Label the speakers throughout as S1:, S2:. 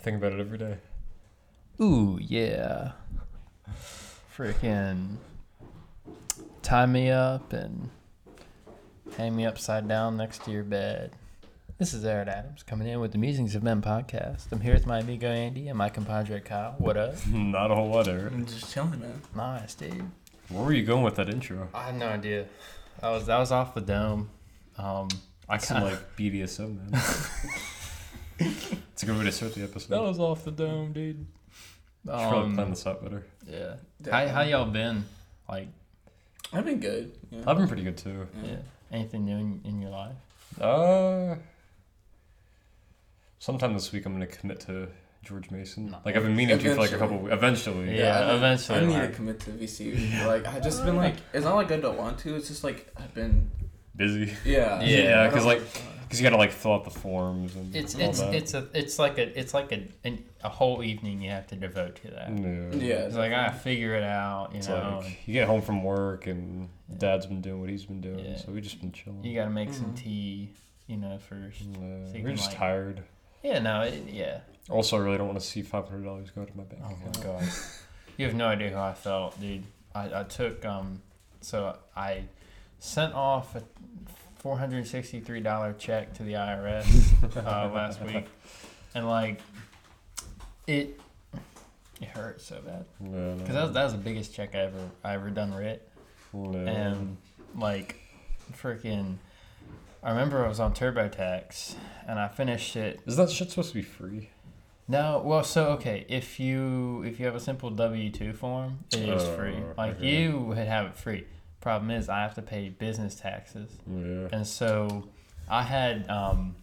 S1: Think about it every day.
S2: Ooh, yeah. Freaking tie me up and hang me upside down next to your bed. This is Aaron Adams coming in with the Musings of Men podcast. I'm here with my amigo Andy and my compadre Kyle. What up?
S1: Not a whole lot, Eric.
S3: I'm just chilling, man.
S2: Nice, dude.
S1: Where were you going with that intro?
S2: I have no idea. I was that was off the dome. Um,
S1: I sound like BDSM, man. it's a good way to start the episode.
S2: that was off the dome, dude.
S1: I should probably plan
S2: Um,
S1: this out better.
S2: yeah. How, how y'all been? Like,
S3: I've been good. Yeah.
S1: I've been pretty good too.
S2: yeah. Anything new in, in your life?
S1: Uh, sometime this week I'm gonna commit to George Mason.
S2: No.
S1: Like I've been meaning to for like a
S3: Eventually.
S1: couple. Eventually,
S2: Yeah.
S3: I-
S2: eventually,
S3: I need
S2: like-
S3: to commit to VCU. Like, I just been like, it's not like I don't want to. It's just like I've been,
S1: busy.
S3: yeah.
S2: Yeah,
S3: I don't-
S1: 'cause, like, Cause you gotta like fill out the forms and
S2: It's
S1: all
S2: it's
S1: that.
S2: it's a it's like a it's like a an, a whole evening you have to devote to that.
S1: No.
S3: yeah.
S2: It's like I gotta figure it out, you
S1: It's
S2: know. and
S1: like you get home from work and
S2: Yeah.
S1: dad's been doing what he's been doing,
S2: Yeah.
S1: so we just been chilling.
S2: You gotta make some
S3: Mhm.
S2: tea, you know. First,
S1: And, uh,
S2: So you
S1: we're
S2: can,
S1: just
S2: like-
S1: tired.
S2: yeah, no, it, yeah.
S1: Also, I really don't want to see five hundred dollars go to my bank.
S2: Oh
S1: account.
S2: my god, you have no idea how I felt, dude. I I took um, so I sent off a four hundred sixty three dollar check to the IRS uh, last week, and like it it hurt so bad
S1: No, no.
S2: because Oh. that was, that was the biggest check I ever I ever done writ.
S1: No.
S2: and like freaking I remember I was on TurboTax and I finished it.
S1: is that shit supposed to be free?
S2: No, well, so okay, if you if you have a simple W two form, it is
S1: Oh,
S2: free. Like
S1: okay.
S2: you would have it free. Problem is, I have to pay business taxes,
S1: Yeah.
S2: and so I had um,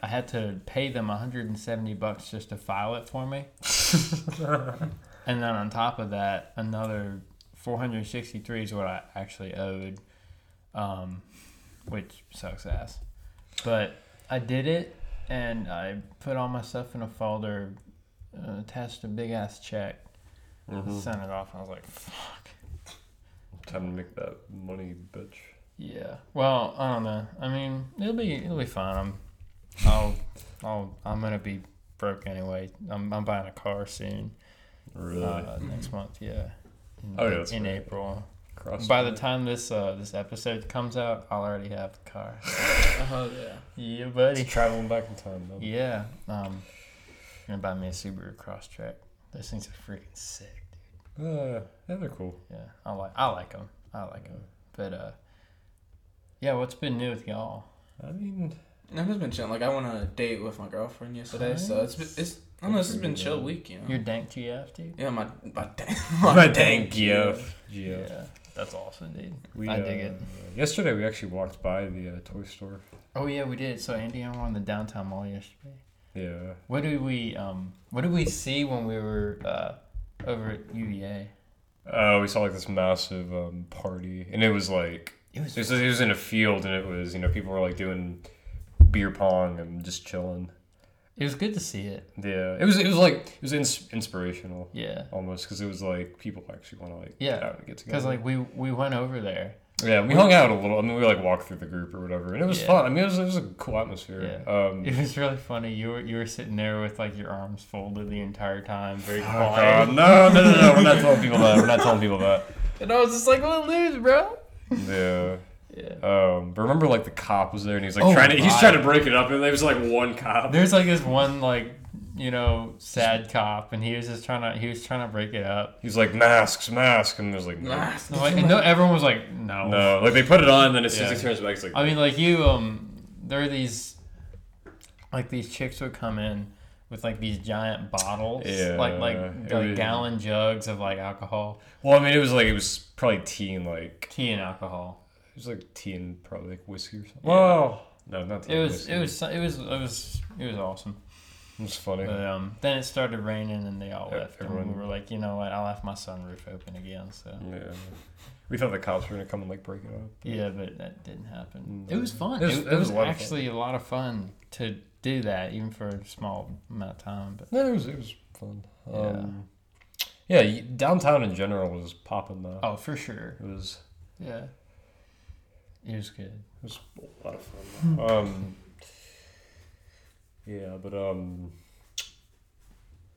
S2: I had to pay them 170 bucks just to file it for me, and then on top of that, another 463 is what I actually owed, um, which sucks ass. But I did it, and I put all my stuff in a folder, uh, attached a big ass check,
S1: Mhm.
S2: sent it off, and I was like, fuck.
S1: Time to make that money, bitch.
S2: Yeah. Well, I don't know. I mean, it'll be it'll be fine. I'm, I'll, I'll, I'm gonna be broke anyway. I'm, I'm buying a car soon.
S1: Really?
S2: Uh, next month, yeah. In,
S1: Oh, yeah, that's
S2: in
S1: right.
S2: April.
S1: Cross
S2: By the time this uh, this episode comes out, I'll already have the car.
S3: Oh yeah.
S2: yeah,
S1: it's
S2: buddy.
S1: traveling back in time. Man.
S2: Yeah. Um, gonna buy me a Subaru Crosstrek. Those things are freaking sick.
S1: Uh, yeah, they're cool.
S2: Yeah, I like I like them. I like them. But uh, yeah. What's been new with y'all?
S1: I mean,
S3: And I've just been chilling. Like I went on a date with my girlfriend yesterday, so it's been, it's I don't know. This has been chill week, you know.
S2: Your dank GF, dude.
S3: yeah, my my dang,
S1: my dang GF.
S2: Yeah.
S1: GF.
S2: that's awesome, dude.
S1: We,
S2: I dig
S1: uh,
S2: it.
S1: Yesterday we actually walked by the uh, toy store.
S2: Oh yeah, we did. So Andy and I were in the downtown mall yesterday.
S1: Yeah.
S2: What did we um? What did we see when we were uh, over at UVA?
S1: Uh, we saw like this massive um, party, and it was like
S2: It was
S1: It was, it was in a field, and it was you know people were like doing beer pong and just chilling.
S2: it was good to see it.
S1: Yeah, it was it was like it was ins- inspirational
S2: Yeah,
S1: almost because it was like people actually want to like
S2: Yeah,
S1: get out and get together.
S2: because like we we went over there.
S1: yeah, we hung out a little. I mean, we like walked through the group or whatever, and it was
S2: Yeah.
S1: fun. I mean, it was, it was a cool atmosphere. Um,
S2: It was really funny. You were you were sitting there with like your arms folded the entire time, very
S1: oh,
S2: quiet.
S1: God, no, no, no, no! We're not telling people that. We're not telling people that.
S2: And I was just like, "What lose, bro?"
S1: Yeah.
S2: Yeah.
S1: Um, but remember, like the cop was there, and he's like
S2: Oh,
S1: trying to he's
S2: my.
S1: trying to break it up, and there was like one cop.
S2: There's like this one like you know sad cop, and he was just trying to he was trying to break it up.
S1: He's like masks, masks, and there's like no.
S3: Nice.
S2: No, like, no, everyone was like, no.
S1: No, like they put it on, then as soon as
S2: Yeah.
S1: it turns back, it's like.
S2: I mean, like you, um, there are these, like these chicks would come in with like these giant bottles,
S1: Yeah,
S2: like like,
S1: it
S2: like
S1: was-
S2: gallon jugs of like alcohol,
S1: well, I mean, it was like it was probably tea and like
S2: tea and alcohol.
S1: it was like tea and probably like whiskey or something.
S2: Yeah.
S1: Whoa, no, not tea.
S2: It
S1: and
S2: was
S1: whiskey.
S2: it was it was it was it was awesome.
S1: It was funny.
S2: But um, then it started raining and they all
S1: Yeah,
S2: left, and
S1: everyone-
S2: we were like, you know what? I'll have my sunroof open again. So
S1: yeah, we thought the cops were gonna come and like break it up.
S2: yeah, but that didn't happen.
S1: Mm.
S2: It was fun.
S1: It
S2: It
S1: was-
S2: was,
S1: it was a lot of fun.
S2: actually a lot of fun to do that, even for a small amount of time. But
S1: No, it was it was fun. Um, yeah, y downtown in general was popping though.
S2: Oh, for sure.
S1: It was
S2: Yeah. It was good.
S1: it was a lot of fun. though. um, yeah, but um,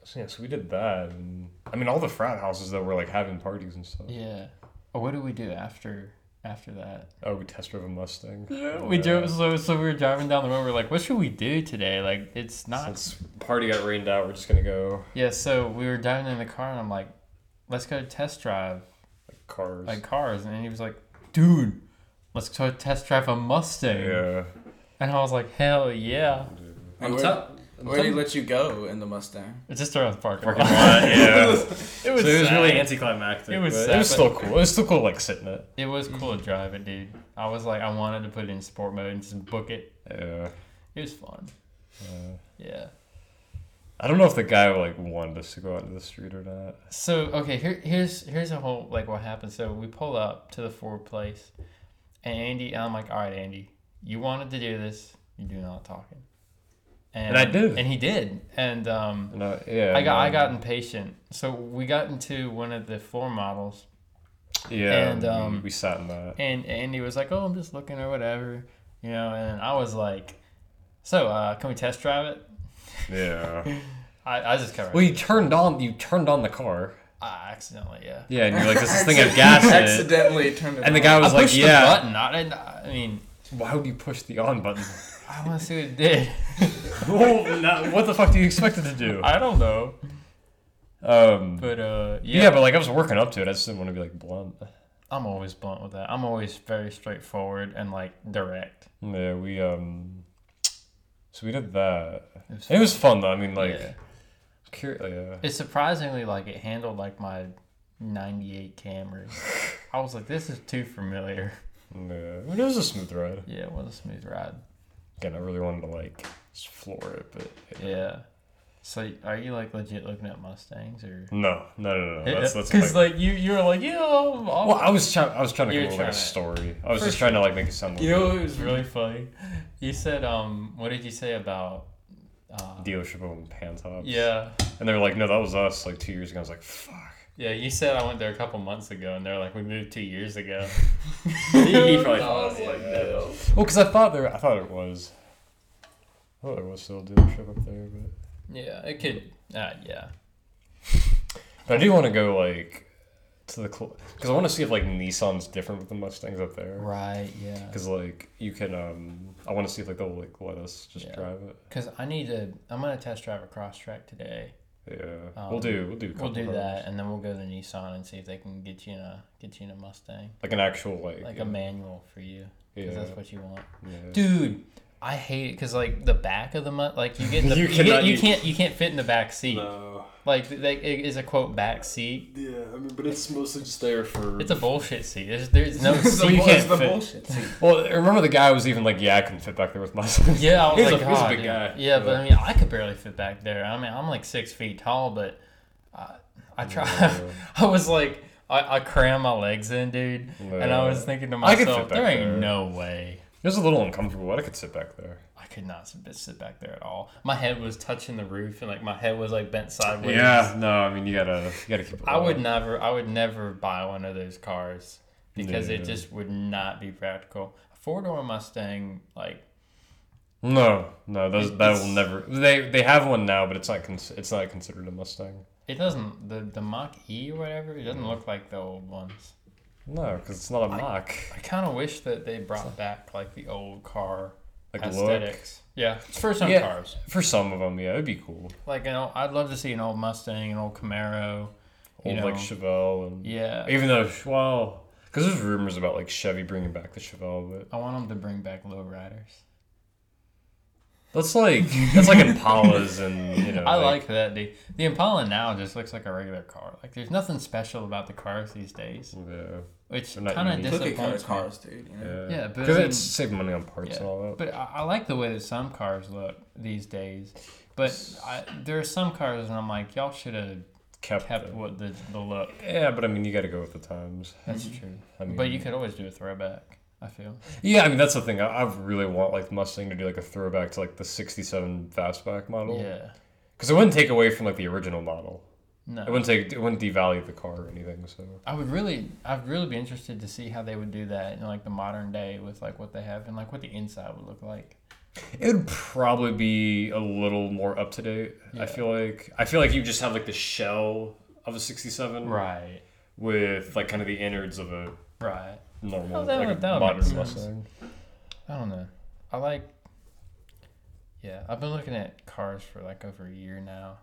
S1: so yeah, so we did that, and I mean, all the frat houses though were like having parties and stuff.
S2: Yeah. Oh, what did we do after after that?
S1: Oh, we test drove a Mustang.
S2: Yeah, we drove. So so we were driving down the road. We're like, what should we do today? Like, it's not.
S1: Since party got rained out, we're just gonna go
S2: yeah. So we were driving in the car, and I'm like, let's go test drive
S1: like cars.
S2: like cars, and he was like, dude, let's go test drive a Mustang.
S1: yeah.
S2: And I was like, hell yeah.
S3: Wait, where, where they let you go in the Mustang?
S2: It just started parking lot.
S1: yeah. so
S2: It was,
S1: it was really
S2: sad.
S1: anticlimactic.
S2: It was
S1: but
S2: sad,
S1: It was
S2: but-
S1: still cool. It was still cool, like sitting it.
S2: It was cool to drive it, dude. I was like, I wanted to put it in sport mode and just book it.
S1: Yeah.
S2: It was fun.
S1: Uh,
S2: Yeah.
S1: I don't know if the guy like wanted us to go out into the street or not.
S2: So okay, here here's here's a whole like what happened. So we pull up to the Ford place, and Andy, I'm like, all right, Andy, you wanted to do this. You do not talking.
S1: And I did.
S2: And he did. And um,
S1: And I, yeah.
S2: I got I
S1: um,
S2: got impatient. So we got into one of the floor models,
S1: Yeah.
S2: and,
S1: we-
S2: um,
S1: we sat in that.
S2: and Andy was like, "Oh, I'm just looking or whatever," you know. And I was like, "So uh, can we test drive it?"
S1: Yeah.
S2: I, I just covered.
S1: well, you turned on you turned on the car.
S2: I accidentally, yeah.
S1: Yeah, and you're like, does this thing have gas in it?
S3: Accidentally turned it.
S1: And the
S3: on.
S1: guy was like,
S2: pushed
S1: yeah.
S2: the button. I didn't. I mean,
S1: Why would you push the on button?
S2: I want to see what it did.
S1: well, now, what the fuck do you expect it to do?
S2: I don't know,
S1: Um,
S2: but uh, yeah.
S1: yeah. but like I was working up to it. I just didn't want to be like blunt.
S2: I'm always blunt with that. I'm always very straightforward and like direct.
S1: Yeah, we um, so we did that.
S2: It was
S1: It was fun though. I mean, like,
S2: Yeah.
S1: cur- yeah.
S2: It's surprisingly like it handled like my '98 Camry. I was like, this is too familiar.
S1: yeah. I mean, it was a smooth ride.
S2: Yeah, it was a smooth ride.
S1: Again, I really wanted to like just floor it, but
S2: Yeah. So are you like legit looking at Mustangs or?
S1: no, no, no, no. That's that's
S2: Because
S1: like.
S2: like you, you were like, yeah, I'm- I'm-
S1: Well, I was trying. I was trying to
S2: You
S1: come
S2: were
S1: up with like a
S2: trying to-
S1: story. I was
S2: For
S1: just trying to like make it sound. Like
S2: You know, it was really funny. You said, um, what did you say about? Uh,
S1: a dealership owned Pantops.
S2: yeah,
S1: And they were like, no, that was us like two years ago. I was like, fuck.
S2: yeah. You said I went there a couple months ago, and they're like, we moved two years ago. he probably
S3: I was
S2: thought,
S3: like,
S2: yeah.
S3: no.
S1: Well, because I thought there, I thought it was. I thought there was still a dealership up there, but.
S2: yeah, it could. Uh, yeah,
S1: But I do want to go like to the because I want to see if like Nissan's different with the Mustangs up there.
S2: right. Yeah,
S1: Because like you can, um, I want to see if like they'll like let us just
S2: Yeah.
S1: drive it.
S2: because I need to. I'm gonna test drive a cross track today.
S1: Yeah,
S2: Um,
S1: we'll do. We'll do. A
S2: We'll
S1: couple
S2: do
S1: cars.
S2: that, and then we'll go to Nissan and see if they can get you in a get you in a Mustang,
S1: Like an actual like.
S2: like
S1: yeah,
S2: a manual for you, because that's what you want.
S1: yeah.
S2: dude i hate it because like the back of the mu- like you get the,
S1: You
S2: you, get,
S1: cannot
S2: you
S1: use-
S2: can't you can't fit in the back seat
S1: No.
S2: like like it is a quote back seat
S1: Yeah, I mean, but it's mostly just there for.
S2: it's a bullshit seat there's there's no
S3: It's the
S2: seat
S1: you
S3: bull-
S1: can't
S3: it's the
S1: fit.
S3: bullshit. seat.
S1: well, I remember the guy was even like, "Yeah, I can fit back there with Mustangs."
S2: yeah I was
S1: He's
S2: like,
S1: a- he's a
S2: God,
S1: big
S2: dude.
S1: guy.
S2: yeah but i mean i could barely fit back there i mean i'm like six feet tall but i i try
S1: Yeah.
S2: i was like I, I cram my legs in, dude, and I
S1: Yeah.
S2: was thinking to
S1: I could fit
S2: myself,
S1: back
S2: there ain't
S1: there.
S2: no way
S1: It was a little uncomfortable. but I could sit back there.
S2: I could not sit sit back there at all. My head was touching the roof, and like my head was like bent sideways.
S1: Yeah, no, I mean you gotta you gotta keep. It
S2: I
S1: low.
S2: would never I would never buy one of those cars because
S1: Yeah.
S2: it just would not be practical. A four door Mustang, like
S1: No, no, those that
S2: It's-
S1: will never. They they have one now, but it's not cons- it's not considered a Mustang.
S2: it doesn't the the Mach E or whatever, it
S1: Mm.
S2: doesn't look like the old ones.
S1: No, because it's not a mock.
S2: I kinda wish that they brought back like the old car
S1: Like look
S2: aesthetics. Yeah. It's for some
S1: Yeah.
S2: cars.
S1: for some of them, yeah, it'd be cool.
S2: Like you know, I'd love to see an old Mustang, an old Camaro. You
S1: Old like
S2: know.
S1: Chevelle and
S2: Yeah.
S1: even though well, because there's rumors about like Chevy bringing back the Chevelle, but
S2: I want them to bring back lowriders.
S1: that's like that's like Impalas and you know.
S2: I like that, dude. The Impala now just looks like a regular car. Like, there's nothing special about the cars these days,
S1: Yeah,
S2: which
S1: They're not
S2: kind of
S1: unique.
S3: Look at kind
S2: disappoints
S3: of
S2: me.
S3: cars, dude. You know?
S1: yeah,
S2: Yeah, but
S1: because
S2: I
S1: it's
S2: mean-
S1: saving money on parts and all that.
S2: But I, I like the way that some cars look these days. But I, there are some cars, and I'm like, y'all should have
S1: Kept,
S2: kept
S1: the-
S2: what the, the look.
S1: yeah, but I mean you got to go with the times. Mm-hmm.
S2: That's true.
S1: I mean,
S2: But you could always do a throwback. I feel.
S1: Yeah, I mean that's the thing. I, I really want like Mustang to do like a throwback to like the '67 fastback model.
S2: Yeah.
S1: Because it wouldn't take away from like the original model. It
S2: No.
S1: wouldn't take. It wouldn't devalue the car or anything. So
S2: I would really, I'd really be interested to see how they would do that in like the modern day with like what they have and like what the inside would look like.
S1: It would probably be a little more up to date. I
S2: Yeah.
S1: feel like I feel like you just have like the shell of a sixty-seven,
S2: Right.
S1: with like kind of the innards of a
S2: Right.
S1: normal,
S2: Oh, that
S1: like
S2: would- that
S1: a
S2: would
S1: modern
S2: make sense.
S1: Mustang.
S2: I don't know. I like. Yeah, I've been looking at cars for like over a year now,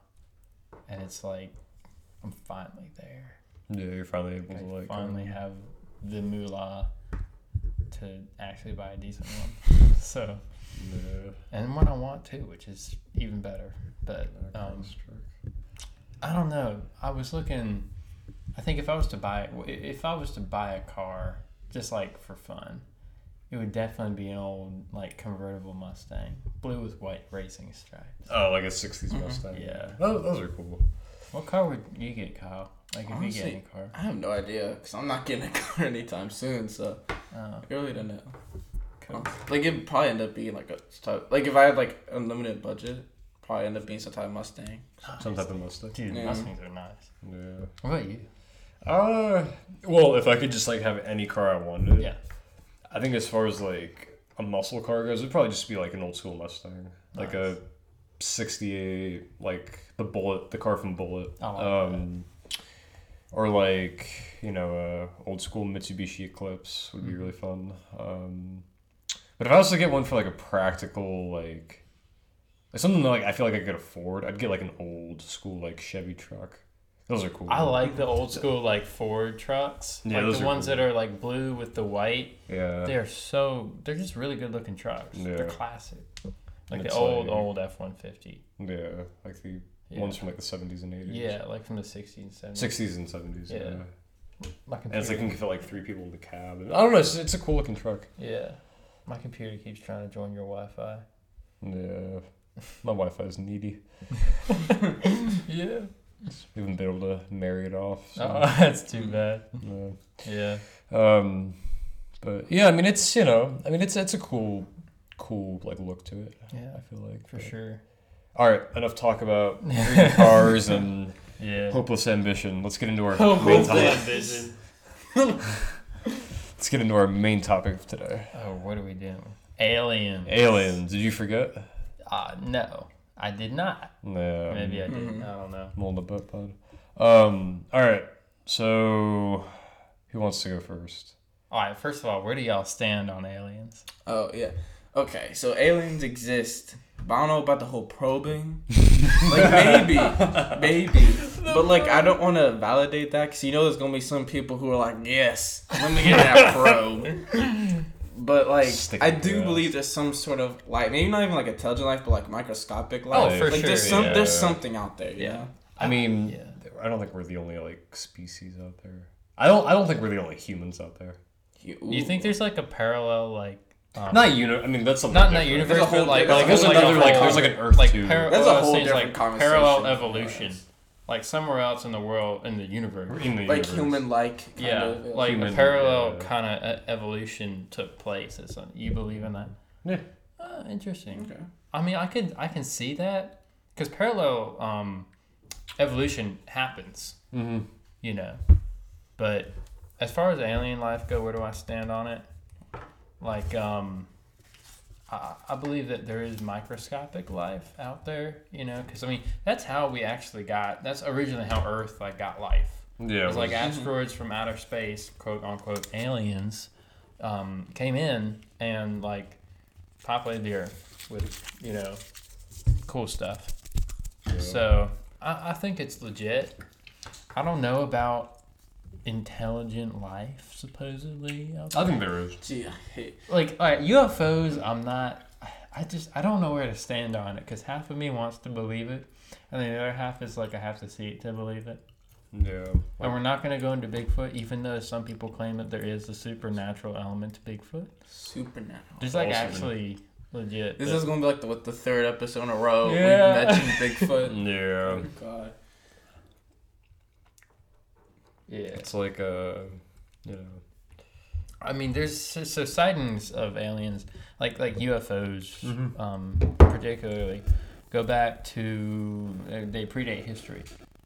S2: and it's like I'm finally there.
S1: Yeah, you're finally able
S2: I
S1: to like
S2: finally
S1: um,
S2: have the moolah to actually buy a decent one. so,
S1: yeah,
S2: and one I want too, which is even better. But um, I don't know. I was looking. I think if I was to buy, if I was to buy a car just like for fun, it would definitely be an old like convertible Mustang, blue with white racing stripes.
S1: oh, like a '60s Mustang.
S2: mm-hmm, Yeah.
S1: Tho- those are cool.
S2: What car would you get, Kyle? Like if you
S3: Honestly,
S2: get any car,
S3: I have no idea because I'm not getting a car anytime soon, so
S2: oh,
S3: I really don't know.
S2: cool.
S3: Like it'd probably end up being like a type. Like if I had like unlimited budget, probably end up being some type of Mustang.
S1: Some type of Mustang.
S2: Dude,
S3: Yeah.
S2: Mustangs are nice.
S1: Yeah.
S2: What about you?
S1: Uh, well, if I could just like have any car I wanted,
S2: Yeah.
S1: I think as far as like a muscle car goes, it'd probably just be like an old school Mustang, like a '68, like the Bullet, the car from Bullet,
S2: I like
S1: um, or like you know, uh, old school Mitsubishi Eclipse would be
S2: Mm-hmm.
S1: really fun. Um, but if I was to get one for like a practical like. like, Something that, like I feel like I could afford. I'd get like an old school like Chevy truck. Those are cool.
S2: I like the old school like Ford trucks,
S1: Yeah,
S2: like
S1: those
S2: the
S1: are
S2: ones
S1: cool.
S2: that are like blue with the white.
S1: Yeah.
S2: They're so they're just really good looking trucks. They're
S1: Yeah.
S2: classic, like
S1: It's
S2: the old
S1: like-
S2: old F one fifty.
S1: Yeah, like the
S2: Yeah.
S1: ones from like the seventies and eighties.
S2: Yeah, like from the sixties and seventies.
S1: sixties and seventies. Yeah.
S2: Yeah. My
S1: and it's like
S2: computer,
S1: you can fit like three people in the cab. I don't know. It's, it's a cool looking truck.
S2: yeah, my computer keeps trying to join your Wi Fi.
S1: Yeah, my Wi-Fi is needy.
S2: Yeah,
S1: We haven't been able to marry it off. So,
S2: oh, that's too bad.
S1: yeah.
S2: Yeah,
S1: Um, but yeah, I mean, it's you know, I mean, it's it's a cool, cool like look to it.
S2: yeah,
S1: I feel like
S2: for
S1: but-
S2: sure.
S1: All right, enough talk about dream cars and
S2: Yeah,
S1: hopeless ambition. Let's get into our main
S3: Hopeless
S1: topic.
S3: ambition.
S2: vision.
S1: Let's get into our main topic of today.
S2: Oh, what are we doing? Alien.
S1: Aliens. Did you forget?
S2: Uh, no, I did not.
S1: No.
S2: Maybe I did.
S1: mm-hmm.
S3: Mhm.
S2: I don't know.
S1: Mold the butt pod. Um, all right. So, who wants to go first?
S2: All right. First of all, where do y'all stand on aliens?
S3: Oh yeah. Okay, so aliens exist. But I don't know about the whole probing. like maybe, maybe, but like I don't want to validate that because you know there's gonna be some people who are like, yes, let me get that probe. But like,
S1: Stick
S3: I
S1: it to
S3: do
S1: us.
S3: believe there's some sort of light, maybe not even like intelligent life, but like microscopic
S2: Oh,
S3: life.
S2: for
S3: like
S2: sure.
S3: there's some,
S1: yeah.
S3: there's something out there. Yeah.
S2: Yeah.
S1: I mean,
S2: Uh, yeah.
S1: I don't think we're the only like species out there. I don't. I don't think we're the only humans out there.
S3: You,
S2: Do you think there's like a parallel like? Um,
S1: Not uni. I mean, that's something.
S2: not in that
S1: different.
S2: universe,
S3: whole-
S2: but like,
S3: there's a
S1: Like, there's
S3: whole
S1: another
S2: a
S1: like.
S2: whole-
S1: There's like an Earth
S2: like
S1: too.
S2: par-
S3: That's
S2: what
S3: a
S2: I was
S3: whole
S2: saying is,
S3: different
S2: like,
S3: conversation.
S2: Parallel evolution, like somewhere else in the world in the universe.
S1: in the
S3: like
S1: universe.
S3: human like?
S2: yeah, like
S1: Human,
S2: a parallel
S1: yeah.
S2: kind of evolution took place. It's like- you believe in that?
S1: Yeah.
S2: Uh, interesting.
S3: Okay.
S2: I mean, I could I can see that because parallel um, evolution happens.
S1: Mhm.
S2: you know. But as far as alien life go, where do I stand on it? Like, um, I, I believe that there is microscopic life out there, you know, because I mean that's how we actually got. That's originally how Earth like got life.
S1: Yeah.
S2: It was like
S1: well,
S2: asteroids from outer space, quote unquote aliens, um, came in and like populated the Earth with you know cool stuff.
S1: yeah.
S2: So I, I think it's legit. I don't know about intelligent life, supposedly. out
S1: I
S2: there.
S1: think there is.
S3: Gee, I hate.
S2: Like, all right, UFOs, I'm not. I just I don't know where to stand on it because half of me wants to believe it, and the other half is like I have to see it to believe it.
S1: Yeah.
S2: And we're not gonna go into Bigfoot, even though some people claim that there is a supernatural element to Bigfoot.
S3: Supernatural.
S2: There's like
S1: Also-
S2: actually legit.
S3: This
S2: that-
S3: is gonna be like the, what the third episode in a row
S2: Yeah.
S3: we mentioned Bigfoot.
S1: Yeah.
S3: oh God.
S2: yeah.
S1: It's like uh, you know.
S2: I mean, there's so, so sightings of aliens, like like UFOs,
S1: Mhm.
S2: um, particularly, go back to uh, they predate history,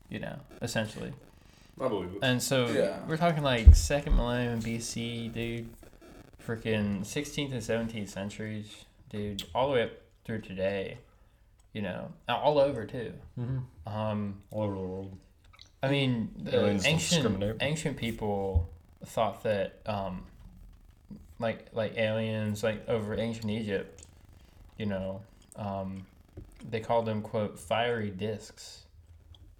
S2: you know, essentially.
S1: I believe it.
S2: And so
S3: Yeah.
S2: we're talking like second millennium BC, dude. Freaking 16th and 17th centuries. dude, all the way up through today, you know, all over too. Um,
S1: all over the world.
S2: I mean, the
S1: Mm-hmm. Aliens don't discriminate.
S2: ancient ancient people thought that um, like like aliens like over ancient Egypt, you know, um, they called them quote fiery discs.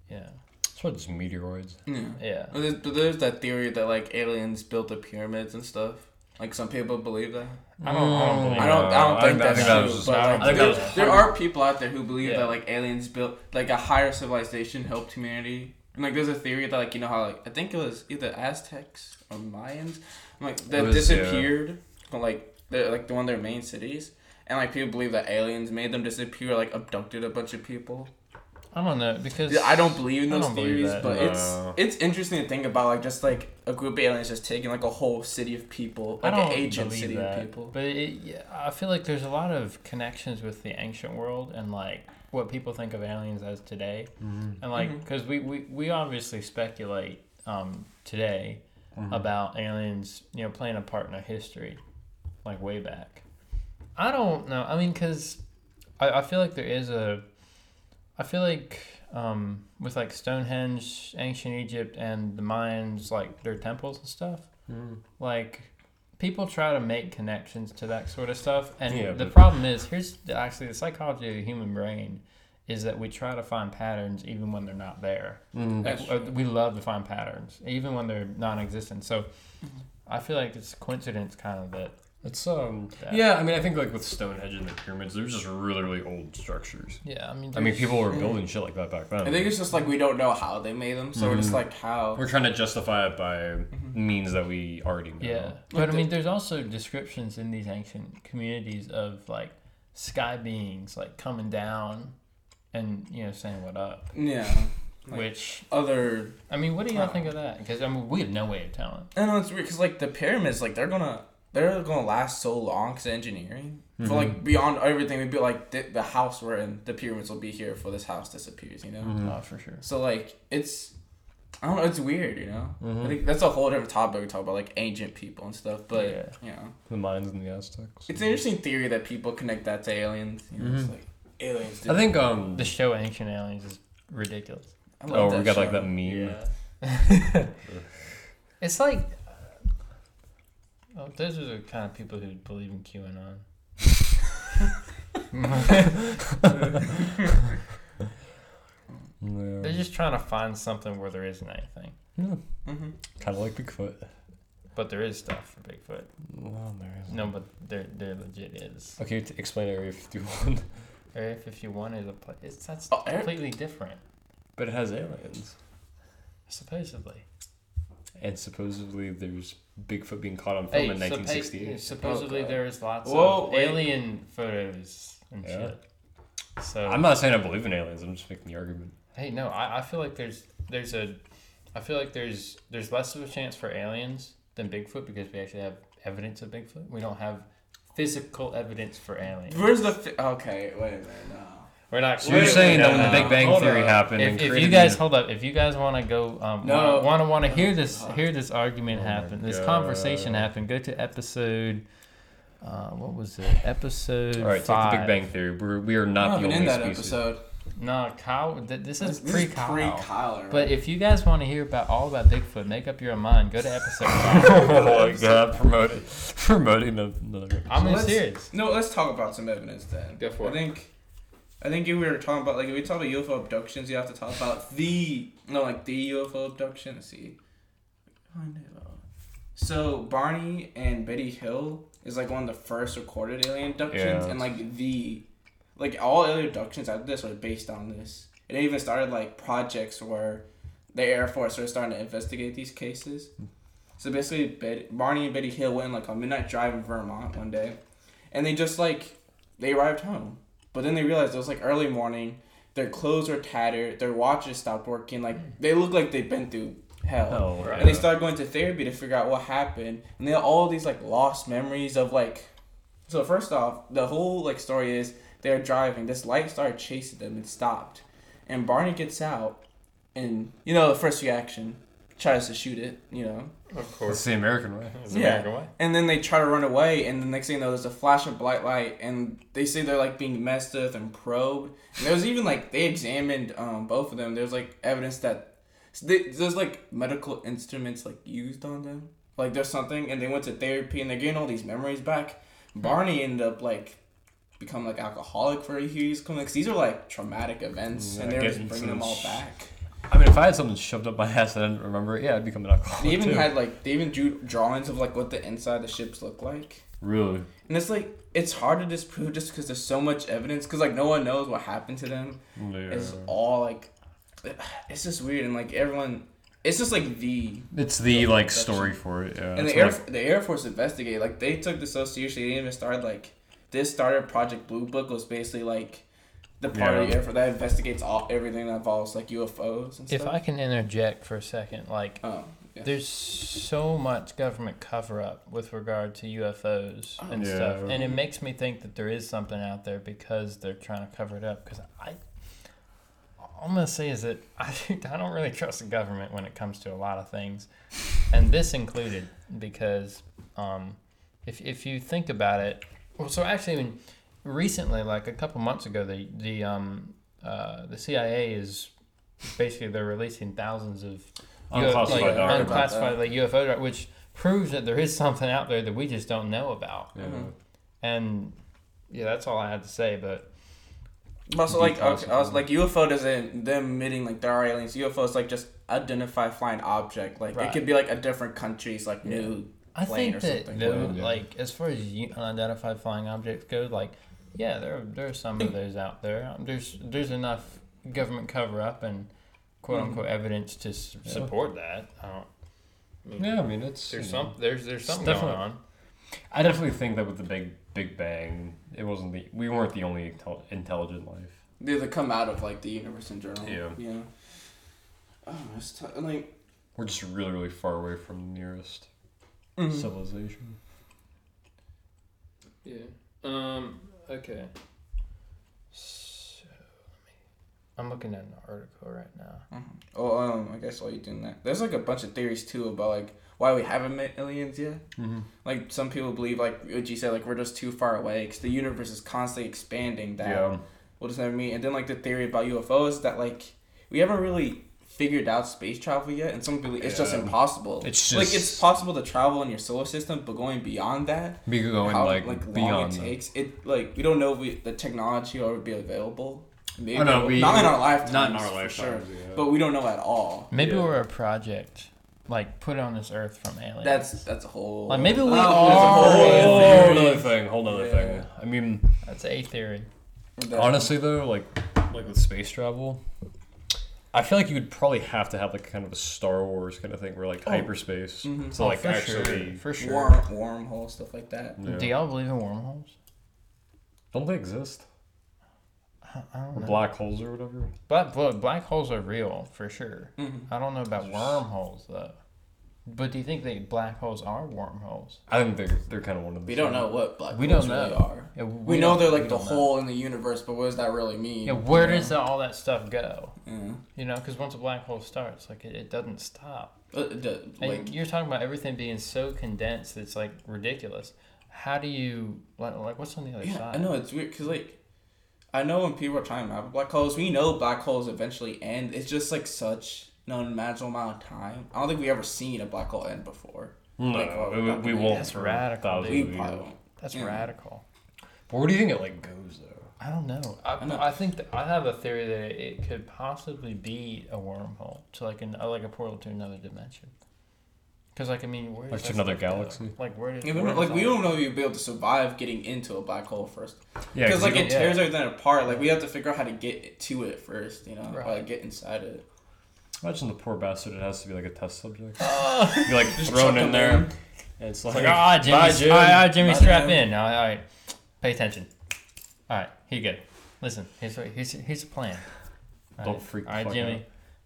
S2: Yeah,
S1: That's why it's meteoroids.
S3: Yeah.
S2: yeah.
S3: But There's, but there's that theory that like aliens built the pyramids and stuff. Like some people believe that.
S2: I don't, I don't believe
S3: I don't. I
S1: No,
S3: don't
S1: I
S3: think
S1: think- I
S3: that's
S1: think that
S3: true.
S1: was just-
S3: but
S2: I don't
S3: like,
S2: think
S3: there,
S2: that was
S3: there are people out there who believe
S2: Yeah.
S3: that like aliens built like a higher civilization helped humanity. And like, there's a theory that like you know how like I think it was either Aztecs or Mayans, like that
S1: was, yeah.
S3: disappeared from like they're like the one of their main cities. And like people believe that aliens made them disappear, like abducted a bunch of people.
S2: I don't know because
S3: Yeah, I don't believe in
S2: I
S3: those
S2: don't believe
S3: theories,
S2: that.
S3: but
S1: No.
S3: it's it's interesting to think about, like just like a group of aliens just taking like a whole city of people,
S2: I
S3: like
S2: don't
S3: an ancient
S2: believe
S3: city
S2: that,
S3: of people.
S2: But it, yeah, I feel like there's a lot of connections with the ancient world and like what people think of aliens as today, and like
S3: Mm-hmm.
S2: because we, we we obviously speculate um, today
S3: Mm-hmm.
S1: Uh,
S2: about aliens, you know, playing a part in our history, like way back. I don't know. I mean, because I, I feel like there is a, I feel like um, with like Stonehenge, ancient Egypt, and the Mayans, like their temples and stuff, like people try to make connections to that sort of stuff and
S1: Yeah,
S2: the
S1: but-
S2: problem is here's the, actually the psychology of the human brain is that we try to find patterns even when they're not there
S3: That's
S2: Like, uh, we love to find patterns even when they're non-existent so
S1: Mm-hmm.
S2: i feel like it's coincidence kind of that
S1: It's um
S2: That-
S1: yeah, I mean I think like with Stonehenge and the pyramids, they're just really, really old structures.
S2: yeah i mean,
S1: I mean
S2: there's-
S1: people were building shit like that back then.
S3: I think it's just like we don't know how they made them, so we're just like how.
S1: Mm-hmm.
S3: Mm-hmm.
S1: we're trying to justify it by means that we already know.
S2: yeah but i mean there's also descriptions in these ancient communities of like sky beings like coming down and you know saying what up
S3: Yeah. Like-
S2: which
S3: Other.
S2: i mean what do y'all
S3: Wow.
S2: think of that because i mean we have no way of telling
S3: I know it's weird because like the pyramids, like they're gonna they're gonna last so long because engineering. For
S1: Mm-hmm.
S3: like beyond everything, we'd be like the, the house we're in, the pyramids will be here before this house disappears. You know.
S1: Mm-hmm.
S2: Oh, for sure.
S3: So like it's. I don't know. It's weird, you know.
S1: Mm-hmm.
S3: I think that's a whole different topic. We talk about like ancient people and stuff, but
S2: Yeah.
S3: you know,
S1: The Mayans and the Aztecs.
S3: It's an interesting theory that people connect that to aliens. You know, It's like aliens. Did
S1: Mm-hmm. I think um
S2: The show Ancient Aliens is ridiculous.
S3: I
S1: Oh,
S3: love
S1: we got like
S3: show.
S1: that meme.
S2: it's like oh, those are the kind of people who believe in QAnon. They're just trying to find something where there isn't anything,
S3: Mm-hmm.
S1: Kind of like Bigfoot.
S2: but there is stuff for Bigfoot.
S1: Well, there is.
S2: No, but there there legit is.
S1: Okay, to explain Area 51.
S2: Area 51 is a place. It's that's
S3: Oh, Area-
S2: completely different,
S1: but it has aliens.
S2: supposedly.
S1: And supposedly there's Bigfoot being caught on film
S2: Hey,
S1: in
S2: suppo-
S1: 1968.
S2: supposedly
S3: Oh, God.
S2: there is lots
S3: Whoa,
S2: of
S3: wait.
S2: alien photos and
S1: Yeah.
S2: shit. So
S1: I'm not saying I believe in aliens, I'm just making the argument.
S2: hey, no, I, I feel like there's there's a I feel like there's there's less of a chance for aliens than Bigfoot because we actually have evidence of Bigfoot. We don't have physical evidence for aliens.
S3: Where's the fi- okay? Wait a minute. No.
S2: We're not.
S1: So you're saying that when the
S3: no,
S1: Big Bang
S3: hold
S1: Theory
S3: up.
S1: happened and
S2: If, if
S1: created
S2: you guys
S1: the-
S2: hold up, if you guys want to go, um,
S3: No. Oh
S2: want to want to hear this hear this argument happen, this
S1: Oh God.
S2: conversation happen, go to episode. Uh, what was it? Episode.
S1: All right,
S2: five.
S1: take the Big Bang Theory. We're, we are
S3: I'm
S1: not
S3: not
S1: the
S3: even
S1: only
S3: in that
S1: species.
S3: episode.
S2: No, Kyle. Th- this is
S3: This
S2: pre Kyle.
S3: Kyler.
S2: But if you guys want to hear about all about Bigfoot, make up your own mind. Go to episode five.
S1: oh my god, promoted, promoting another.
S2: I'm
S3: Let's-
S2: serious.
S3: no, let's talk about some evidence then.
S2: Go for
S3: I
S2: it.
S3: think, I think if we were talking about like if we talk about UFO abductions, you have to talk about the no like the UFO abduction. Let's see, find it out. So Barney and Betty Hill is like one of the first recorded alien abductions,
S1: Yeah.
S3: and like the like all alien abductions after this are based on this. It even started like projects where the Air Force was starting to investigate these cases. So basically, Betty, Barney and Betty Hill went like a midnight drive in Vermont one day, and they just like they arrived home. But then they realized it was like early morning. Their clothes were tattered. Their watches stopped working. Like they looked like they'd been through hell.
S1: Oh,
S3: And they
S1: yeah.
S3: started going to therapy to figure out what happened. And they had all these like lost memories of like. So first off, the whole like story is they're driving. This light started chasing them and stopped. And Barney gets out, and you know the first reaction, tries to shoot it, you know.
S4: Of
S1: It's
S4: course.
S1: the American way.
S4: It's
S3: Yeah.
S4: American way.
S3: And then they try to run away, and the next thing you know, there's a flash of bright light, and they say they're like being messed with and probed. And there was even like they examined um, both of them. There's like evidence that so they, there's like medical instruments like used on them. Like there's something, and they went to therapy, and they're getting all these memories back. Barney ended up like become like alcoholic for a few years coming because these are like traumatic events,
S1: Yeah,
S3: and they're just
S1: getting
S3: bringing them
S1: some
S3: all
S1: sh-
S3: back.
S1: I mean, if I had something shoved up my ass that I didn't remember, yeah, I'd become an alcoholic.
S3: They even
S1: too.
S3: had like they even drew drawings of like what the inside of the ships look like.
S1: really.
S3: And it's like it's hard to disprove just because there's so much evidence. Because like no one knows what happened to them. It's
S1: Yeah.
S3: all like, it's just weird and like everyone, it's just like the
S1: It's the like
S3: Inception.
S1: story for it. Yeah.
S3: and
S1: It's
S3: the air
S1: like-
S3: the Air Force investigated like they took this so seriously. They even started like this started Project Blue Book was basically like the part of
S1: Yeah.
S3: the Air Force that investigates all everything that involves like UFOs and
S2: If
S3: stuff.
S2: I can interject for a second, like
S3: oh, yeah.
S2: There's so much government cover up with regard to UFOs and
S1: Yeah.
S2: stuff, and it makes me think that there is something out there because they're trying to cover it up. Because I, all I'm gonna say is that I, I don't really trust the government when it comes to a lot of things, and this included. Because um, if if you think about it, well, so actually, when recently, like a couple months ago, the the um, uh, the CIA is basically they're releasing thousands of
S1: Unclassified
S2: like,
S1: documents.
S2: unclassified like UFO, doc- which proves that there is something out there that we just don't know about.
S1: yeah.
S3: Mhm.
S2: And yeah, that's all I had to say. But
S3: But also, like, okay, I was
S1: Declassified.
S3: like, UFO doesn't them admitting like there are aliens. UFO is like just identify flying object. Like
S2: Right.
S3: it could be like a different country's like new.
S2: I
S3: Plane
S2: think
S3: or
S2: that
S3: something.
S2: though,
S1: Yeah.
S2: like as far as u- unidentified flying objects go, like yeah, there are, there are some of those out there. Um, There's there's enough government cover up and quote unquote evidence to s-
S1: Yeah.
S2: support that. I don't. I mean,
S1: Yeah, I mean, it's
S2: There's
S1: you know.
S2: some there's there's something
S1: definitely-
S2: going on.
S1: I definitely think that with the big Big Bang, it wasn't the we weren't the only intel- intelligent life.
S3: They that come out of like the universe in general.
S1: Yeah.
S3: Yeah. Oh, it's t- like
S1: We're just really really far away from the nearest
S3: Mm-hmm.
S1: civilization.
S2: Yeah. Um. Okay. So, let me, I'm looking at an article right now.
S3: oh, um, I guess while you're doing that, there's like a bunch of theories too about like why we haven't met aliens yet.
S1: Mm-hmm.
S3: Like some people believe, like Uchi said, like we're just too far away because the universe is constantly expanding. That
S1: Yeah,
S3: we'll just never meet. And then like the theory about UFOs that like we haven't really figured out space travel yet, and some believe it's just
S1: Yeah.
S3: impossible.
S1: It's
S3: like
S1: just-
S3: it's possible to travel in your solar system, but going beyond that,
S1: we could go in
S3: how
S1: like,
S3: like, long
S1: beyond.
S3: it
S1: that.
S3: takes, it like we don't know if we, the technology will ever be available. Maybe
S1: Oh, no, we-
S3: not in our lifetime,
S1: not in our
S3: lifetime,
S1: lifetimes, yeah.
S3: but we don't know at all.
S2: Maybe
S1: Yeah.
S2: we're a project, like put on this Earth from aliens.
S3: That's that's a whole.
S2: Like, maybe we
S3: that's a
S2: are-
S3: whole
S1: Oh, Whole
S3: theory.
S1: another thing. Whole another
S3: Oh, Yeah.
S1: thing. I mean,
S2: that's a theory.
S3: That-
S1: honestly though, like like with space travel. I feel like you would probably have to have like kind of a Star Wars kind of thing where
S3: Oh.
S1: like hyperspace.
S3: Mhm.
S1: So
S2: Oh,
S1: like
S2: for
S1: actually,
S2: sure. for sure.
S3: Worm, wormhole stuff like that.
S1: Yeah.
S2: Do y'all believe in wormholes?
S1: don't they exist?
S2: I, I don't
S1: Or
S2: know.
S1: black holes or whatever.
S2: Black, black black holes are real for sure.
S3: Mhm.
S2: I don't know about wormholes though. But do you think that black holes are wormholes?
S1: I think they're they're kind of one of the.
S3: We don't
S1: same.
S3: know what black
S2: We
S3: holes
S2: don't know.
S3: really are.
S2: Yeah,
S3: We, know
S2: don't-
S3: they're
S2: we
S3: like the
S2: don't know.
S3: hole in the universe, but what does that really mean?
S2: Yeah, where does all that stuff go?
S3: Yeah.
S2: You know, because once a black hole starts, like it, it doesn't stop.
S3: Uh, the-
S2: And
S3: like,
S2: you're talking about everything being so condensed, it's like ridiculous. How do you like, like what's on the other
S3: yeah,
S2: side?
S3: I know it's weird because like, I know when people are trying to map black holes, we know black holes eventually end. It's just like such an unimaginable amount of time. I don't think we ever seen a black hole end before.
S1: No,
S3: Like, oh,
S1: we- we, we
S3: that's
S1: won't.
S2: That's
S1: for
S2: radical.
S1: thousands
S2: Dude.
S3: We
S1: of years.
S3: probably won't.
S2: That's
S3: Yeah.
S2: radical.
S1: But where do you think it like goes though?
S2: I don't know. I, I,
S3: know.
S2: think that I have a theory that it could possibly be a wormhole to like an uh, like a portal to another dimension. Because like I mean, where
S1: Like
S2: does
S1: to
S2: that
S1: another
S2: stuff go?
S1: galaxy?
S2: Like where does
S3: Yeah, we
S2: where
S3: don't-
S2: does
S3: like we
S2: all-
S3: don't know if you'd be able to survive getting into a black hole first.
S1: Yeah,
S3: Because like
S1: you
S3: it
S1: don't-
S2: don't-
S3: tears everything apart. Like we have to figure out how to get to it first. You know,
S2: Right.
S3: how to get inside it.
S1: imagine the poor bastard. It has to be like a test subject. You're like thrown
S3: chuck
S1: in
S3: them
S1: there.
S3: in.
S1: and it's
S2: It's
S1: like,
S2: like ah, Jimmy,
S1: bye, Jim.
S2: all right, all right, Jimmy,
S3: Bye,
S2: strap
S3: Jim.
S2: in. All right, all right, pay attention. All right, here you go. Listen, here's what, here's here's the plan. All
S1: Don't
S2: right,
S1: freak the
S2: All right,
S1: fuck
S2: Jimmy.
S1: out.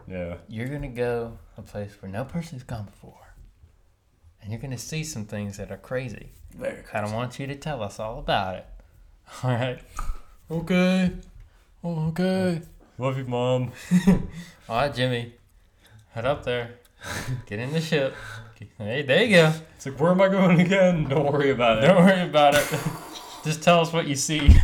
S1: Yeah.
S2: you're gonna go a place where no person's gone before, and you're gonna see some things that are crazy.
S3: Very.
S2: I don't want you to tell us all about it. All right. Okay. Okay.
S1: Love you, mom.
S2: All right, Jimmy. Head up there. Get in the ship. Hey, there you go.
S1: It's like, where am I going again? Don't worry about it.
S2: Don't worry about it. Just tell us what you see.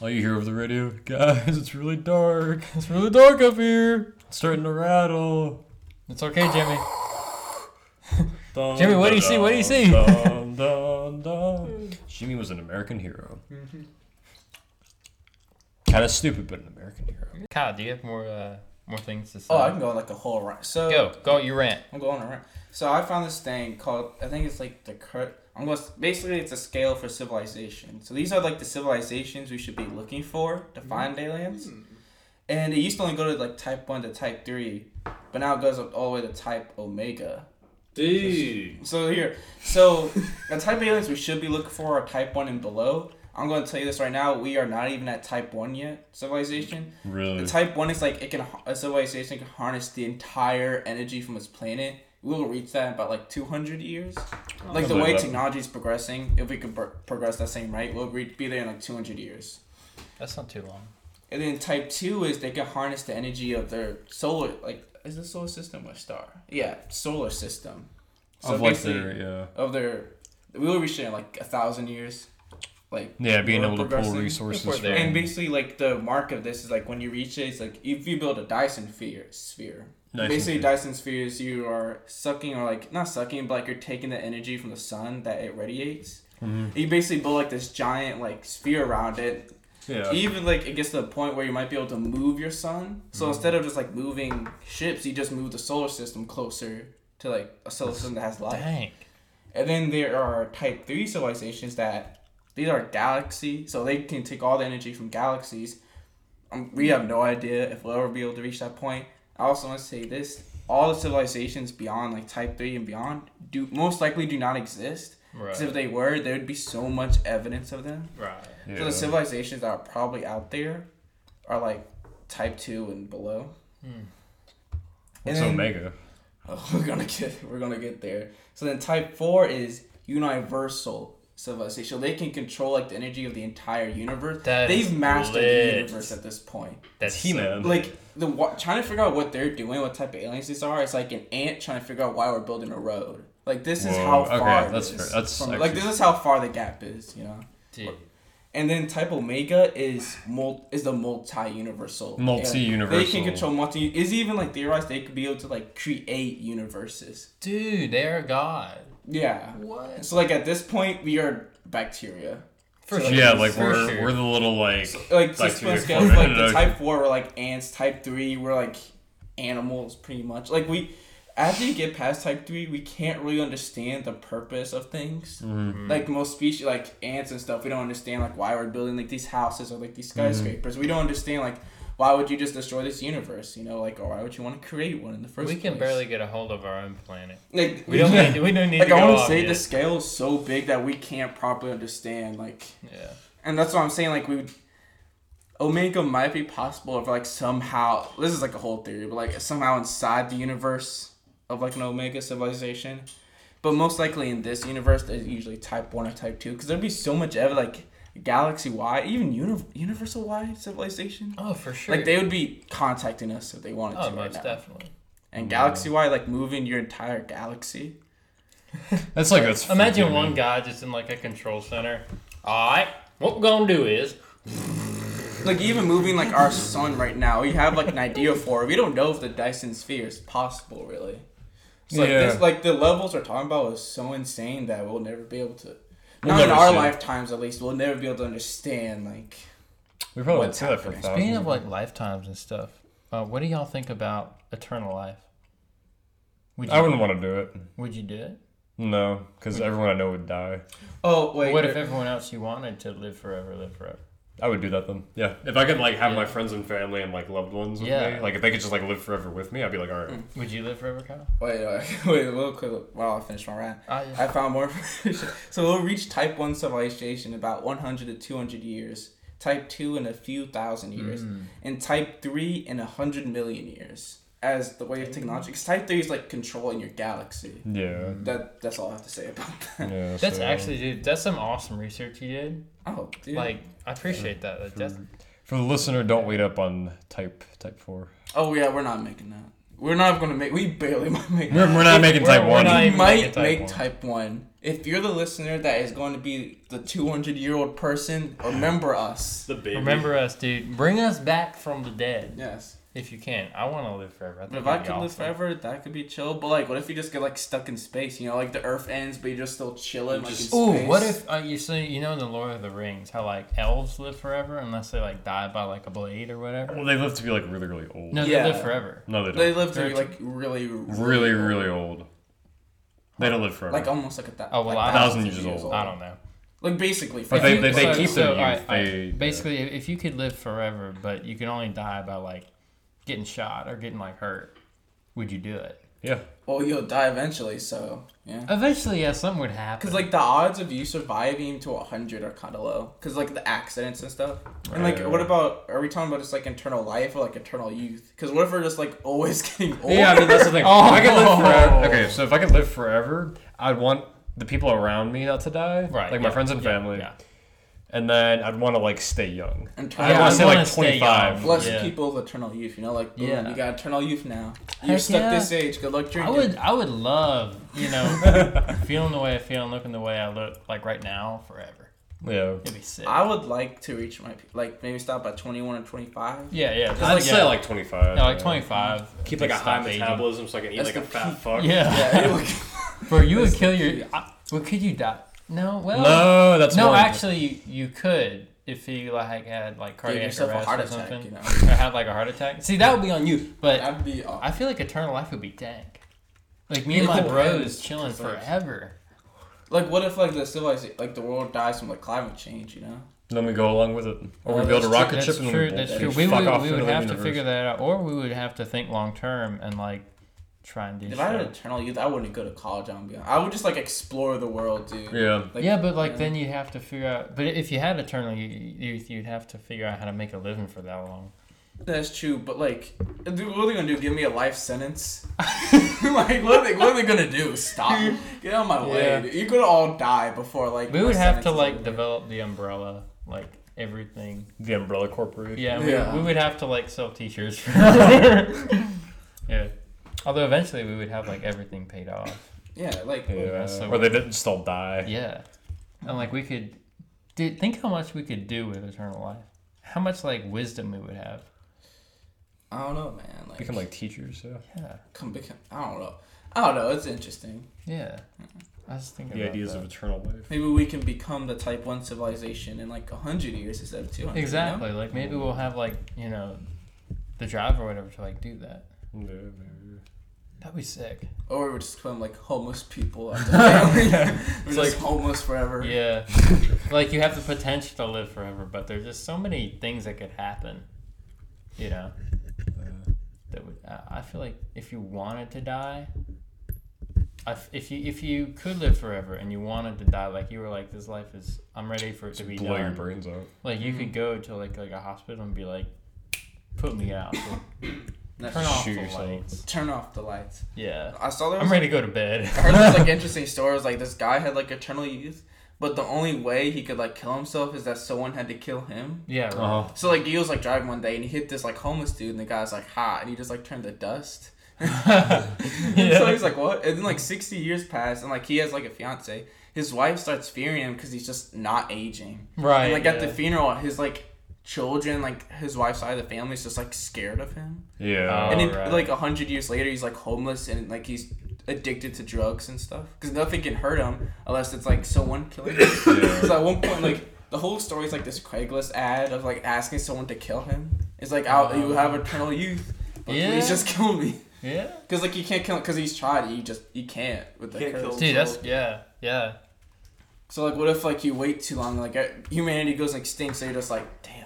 S1: All you hear over the radio, guys, it's really dark. It's really dark up here. It's starting to rattle.
S2: It's okay, Jimmy.
S1: Dun,
S2: Jimmy, what do you see? What do you see?
S1: dun, dun, dun. Jimmy was an American hero.
S3: Mm-hmm.
S1: Kind of stupid, but an American hero.
S2: Kyle, do you have more uh, more things to say?
S3: Oh, I can go on like a whole rant. So
S2: go go. You rant.
S3: I'm going around. So I found this thing called I think it's like the cur. I'm going to, basically it's a scale for civilization. So these are like the civilizations we should be looking for to find aliens. And it used to only go to like type one to type three, but now it goes up all the way to type omega.
S4: Dude.
S3: So here, so the type of aliens we should be looking for are type one and below. I'm going to tell you this right now. We are not even at type one yet. Civilization. The
S1: Really?
S3: type one is like it can a civilization can harness the entire energy from its planet. We will reach that in about like 200 years. Like the
S1: Something
S3: way
S1: like that.
S3: technology is progressing, if we could pro- progress that same rate, we'll re- be there in like 200 years.
S2: That's not too long.
S3: And then type two is they can harness the energy of their solar, like is the solar system or star? Yeah, solar system.
S1: of like
S3: basically-
S1: their, yeah.
S3: of their we will reach there in like a thousand years like
S1: Yeah, being
S3: we're
S1: able to pull
S3: progressing.
S1: resources
S2: Before
S1: from.
S2: they're-
S3: and basically like the mark of this is like when you reach it it's like if you build a dyson sphere sphere
S1: Dyson
S3: basically
S1: sphere.
S3: dyson spheres you are sucking or like not sucking but like you're taking the energy from the sun that it radiates
S1: Mm-hmm.
S3: you basically build like this giant like sphere around it
S1: yeah.
S3: even like it gets to the point where you might be able to move your sun
S1: Mm-hmm.
S3: so instead of just like moving ships you just move the solar system closer to like a solar system that has life
S2: Dang.
S3: and then there are type 3 civilizations that these are galaxy, so they can take all the energy from galaxies. Um, we have no idea if we'll ever be able to reach that point. I also want to say this all the civilizations beyond like type 3 and beyond do most likely do not exist. Because if
S2: Right.
S3: they were, there would be so much evidence of them.
S2: Right.
S1: yeah.
S3: So the civilizations that are probably out there are like type 2 and below.
S1: What's
S3: and then-
S1: Omega?
S3: Oh, we're gonna get we're gonna get there. So then type four is universal civilization. So they can control like the energy of the entire universe.
S2: That
S3: They've
S2: is
S3: mastered
S2: lit.
S3: the universe at this point.
S2: That's
S1: He Man.
S3: Like the wa- trying to figure out what they're doing, what type of aliens these are. It's like an ant trying to figure out why we're building a road. Like this is
S1: Whoa,
S3: how
S1: okay,
S3: far it
S1: that's
S3: is
S1: fair. That's
S3: from- like this is how far the gap is, you know.
S2: Dude.
S3: And then type omega is mul- is the multi universal.
S1: Multi-universal.
S3: They can control multi. Is even like theorized they could be able to like create universes.
S2: Dude, they are god.
S3: Yeah.
S2: What?
S3: So like at this point we are bacteria.
S2: For
S3: So,
S2: sure.
S1: Yeah, like
S2: For
S1: we're
S2: sure.
S1: we're the little like
S3: Like so
S1: bacteria
S3: split scales
S1: forming
S3: like
S1: in
S3: the
S1: an
S3: type four we're like ants, type three we're like animals pretty much. Like we after you get past type three, we can't really understand the purpose of things.
S2: Mm-hmm.
S3: Like most species, like ants and stuff, we don't understand like why we're building like these houses or like these
S2: Mm-hmm.
S3: skyscrapers. We don't understand like why would you just destroy this universe? You know, like or why would you want to create one in the first
S2: We
S3: place?
S2: can barely get a hold of our own planet.
S3: like
S2: We don't need. We don't need
S3: like
S2: to
S3: I
S2: go
S3: want
S2: off
S3: to say
S2: yet.
S3: the scale is so big that we can't properly understand. Like,
S2: Yeah.
S3: and that's what I'm saying. Like we, would, Omega might be possible if like somehow this is like a whole theory, but like somehow inside the universe of like an Omega civilization, but most likely in this universe there's usually type one or type two because there'd be so much ev like galaxy wide, even uni- universal wide civilization.
S2: Oh, for sure.
S3: Like they would be contacting us if they wanted
S2: Oh,
S3: to right
S2: most
S3: now.
S2: definitely.
S3: And galaxy wide, like moving your entire galaxy.
S1: That's like that's
S2: Imagine
S1: freaking-
S2: one guy just in like a control center. All right, what we're gonna do is
S3: Like even moving like our sun right now, we have like an idea for it. We don't know if the Dyson sphere is possible really. So like
S1: Yeah.
S3: this like the levels we're talking about is so insane that we'll never be able to
S1: We'll
S3: not in
S1: never
S3: our
S1: see it.
S3: lifetimes at least, we'll never be able to understand like
S1: We probably won't
S3: What's
S1: say that for a
S3: happening?
S1: thousand.
S2: Speaking of like lifetimes and stuff, uh, what do y'all think about eternal life? Would you,
S1: I wouldn't want to do it.
S2: would you do it?
S1: No, because everyone I know would die.
S3: Oh wait
S2: What if everyone else you wanted to live forever, live forever?
S1: I would do that then. Yeah, if I could like have my friends and family and like loved ones with
S2: Yeah.
S1: me, like if they could just like live forever with me, I'd be like, all right.
S2: Would you live forever, Kyle?
S3: wait, wait, wait, real quick while I finish my rant.
S2: Ah, yeah.
S3: I found more information. So we'll reach type 1 civilization in about 100 to 200 years, type 2 in a few thousand years,
S1: Hmm.
S3: and type 3 in 100 million years as the way of technology. 'Cause type 3 is like controlling your galaxy.
S1: Yeah,
S3: That That's all I have to say about that.
S1: yeah.
S2: That's
S1: so-
S2: actually, dude. That's some awesome research you did.
S3: Oh, dude.
S2: Like, I appreciate that.
S1: uh,
S2: Like, that's
S1: for the listener. Don't wait up on type type four.
S3: oh, yeah, we're not making that. We're not gonna make. We barely might make.
S1: We're, we're not making
S2: We're-
S1: type
S2: we're
S1: one.
S2: not
S3: We
S2: even
S3: might
S2: making
S3: make
S2: one.
S3: type one. If you're the listener that is going to be the 200 year old person, remember us.
S4: The baby.
S2: Remember us, dude. Bring us back from the dead
S3: Yes.
S2: if you can. I want to live forever. I
S3: But
S2: think
S3: if I
S2: that'd be
S3: could live
S2: awesome.
S3: forever, that could be chill. But like, what if you just get like stuck in space? You know, like the Earth ends, but you're just still chilling. Like, in
S4: Just-
S2: Ooh,
S3: space.
S2: what if uh, you see you know in the Lord of the Rings how like elves live forever unless they like die by like a blade or whatever?
S1: Well, they live to be like really, really old.
S2: No,
S1: No,
S2: they
S3: Yeah.
S2: live forever.
S1: they don't.
S3: they live to be
S2: They're-
S3: like really,
S1: really, really old. They don't live forever.
S3: like almost like a that.
S2: Oh, well, I-
S1: Thousand years old.
S2: I don't know.
S3: Like basically,
S1: But
S3: for-
S1: they- they- they
S2: So-
S1: keep
S2: so,
S1: their youth.
S2: alright, alright.
S1: They-
S2: basically, if if you could live forever, but you can only die by like getting shot or getting like hurt, would you do it?
S1: yeah.
S3: well, you'll die eventually. So yeah.
S2: Eventually, yeah, something would happen.
S3: Cause like the odds of you surviving to hundred are kind of low. Cause like the accidents and stuff. And like,
S1: Right.
S3: what about? Are we talking about just like eternal life or like eternal youth? Cause what if we're just like always getting older?
S1: Yeah, I mean that's the thing. If I could
S2: Oh.
S1: live forever. Okay, so if I could live forever, I'd want the people around me not to die,
S2: right,
S1: Like my
S2: yeah,
S1: friends and
S2: yeah,
S1: family,
S2: Yeah,
S1: and then I'd want to like stay young.
S3: And
S1: I
S2: Yeah,
S1: want
S2: I'd
S1: to say
S2: wanna
S1: like
S2: stay
S1: twenty five.
S2: young.
S3: Bless
S2: Yeah.
S3: people of eternal youth. You know, like boom,
S2: Yeah.
S3: you got eternal youth now. You're
S2: Heck
S3: stuck
S2: yeah.
S3: this age. Good luck
S2: I
S3: drinking.
S2: would. I would love you know feeling the way I feel and looking the way I look like right now forever.
S1: Yeah.
S2: It'd be sick.
S3: I would like to reach my pe- like maybe stop at twenty one or twenty five.
S2: yeah, yeah. just
S1: I'd
S2: like,
S1: say
S2: yeah,
S1: like twenty five.
S2: yeah, like twenty five.
S4: Keep like a high metabolism so I can eat
S3: That's
S4: like a
S3: the
S4: fat
S3: peak.
S4: fuck.
S2: Yeah.
S3: Yeah, it would-
S2: Bro, you would kill your. I, well, could you die? No. Well.
S1: No, that's
S2: No,
S1: more-
S2: actually, you, you could if you like had like
S3: give
S2: cardiac
S3: yourself a
S2: arrest
S3: heart
S2: or
S3: attack.
S2: something,
S3: You know,
S2: or had like a heart attack. See, that would be on you. But
S3: that'd be awesome.
S2: I feel like eternal life would be dank. Like me and my
S3: It would.
S2: bros chilling
S3: It's like-
S2: forever.
S3: Like, what if like the civilization, like the world dies from like climate change? You know,
S1: Then we go along with it, or
S3: Oh,
S1: we build
S3: that's
S1: a
S3: true,
S1: rocket
S2: That's
S1: ship and
S2: true.
S1: we,
S2: That's
S1: we
S2: true. We
S1: fuck
S2: would,
S1: off
S2: we
S1: to
S2: would
S1: another
S2: have to
S1: universe.
S2: figure that out, or we would have to think long term and like try and do
S3: if I had
S2: shit.
S3: eternal youth, I wouldn't go to college. I'm gonna be. I would just like explore the world, dude.
S1: Yeah.
S3: Like,
S2: yeah, but like
S3: yeah.
S2: then you'd have to figure out. But if you had eternal youth, you'd have to figure out how to make a living for that long.
S3: That's true, but like, dude, what are they gonna do? Give me a life sentence? like, what are they? What are they gonna do? Stop! Get out of my
S2: Yeah.
S3: way! dude. You're gonna all die before like.
S2: We
S3: my
S2: would have to
S3: sentence is
S2: like
S3: over.
S2: develop the umbrella, like everything.
S1: The Umbrella Corporation.
S2: Yeah,
S3: Yeah.
S2: We, we would have to like sell T-shirts. yeah. Although eventually we would have like everything paid off.
S3: Yeah, like.
S1: Yeah.
S2: that's so-
S1: or they didn't just all die.
S2: Yeah. And like we could, dude, think how much we could do with eternal life. How much like wisdom we would have.
S3: I don't know, man. Like,
S1: Become like teachers. Yeah.
S2: Yeah.
S3: come become. I don't know. I don't know. It's interesting.
S2: Yeah. I was thinking.
S1: The
S2: about
S1: ideas
S2: that.
S1: of eternal life.
S3: Maybe we can become the Type One civilization in like hundred years instead of two hundred.
S2: Exactly. Like maybe we'll have like you know, the drive or whatever to like do that.
S1: Yeah, maybe.
S2: That'd be sick.
S3: Or we just become like homeless people. After family. We're
S1: It's
S3: just homeless forever.
S2: Yeah. like you have the potential to live forever, but there's just so many things that could happen. You know. that would I- I feel like if you wanted to die I f- if you if you could live forever and you wanted to die like you were like this life is I'm ready for it to be
S1: Blow your
S2: done
S1: brains out.
S2: like you could go to like like a hospital and be like put me out
S3: That's-
S2: turn off
S1: Shoot
S2: the
S1: yourself.
S2: lights
S3: Turn off the lights.
S2: yeah
S3: I saw there was
S2: I'm ready to go to bed
S3: I heard this like interesting stories. Like this guy had like eternal youth, but the only way he could like kill himself is that someone had to kill him.
S2: yeah right.
S1: Uh-huh.
S3: So like he was like driving one day and he hit this like homeless dude and the guy's like ha and he just like turned to dust.
S2: Yeah.
S3: So he's like what? And then like sixty years pass and like he has like a fiance. His wife starts fearing him because he's just not aging.
S2: right
S3: and like at the
S2: yeah.
S3: funeral, his like children, like his wife's side of the family, is just like scared of him.
S1: Yeah.
S2: Oh,
S3: And then,
S2: right.
S3: like a hundred years later, he's like homeless and like he's addicted to drugs and stuff. Because nothing can hurt him unless it's like someone killing him. Because at one point, like the whole story is like this Craigslist ad of like asking someone to kill him. It's like, out you have eternal youth, but
S2: Oh. Yeah.
S3: please just kill me.
S2: yeah
S3: Because like you can't kill him because he's tried. You just you can't with the
S4: Can't
S3: curse.
S4: kill.
S2: dude that's yeah yeah
S3: So like, what if like you wait too long? Like uh, humanity goes extinct, so you're just like, damn.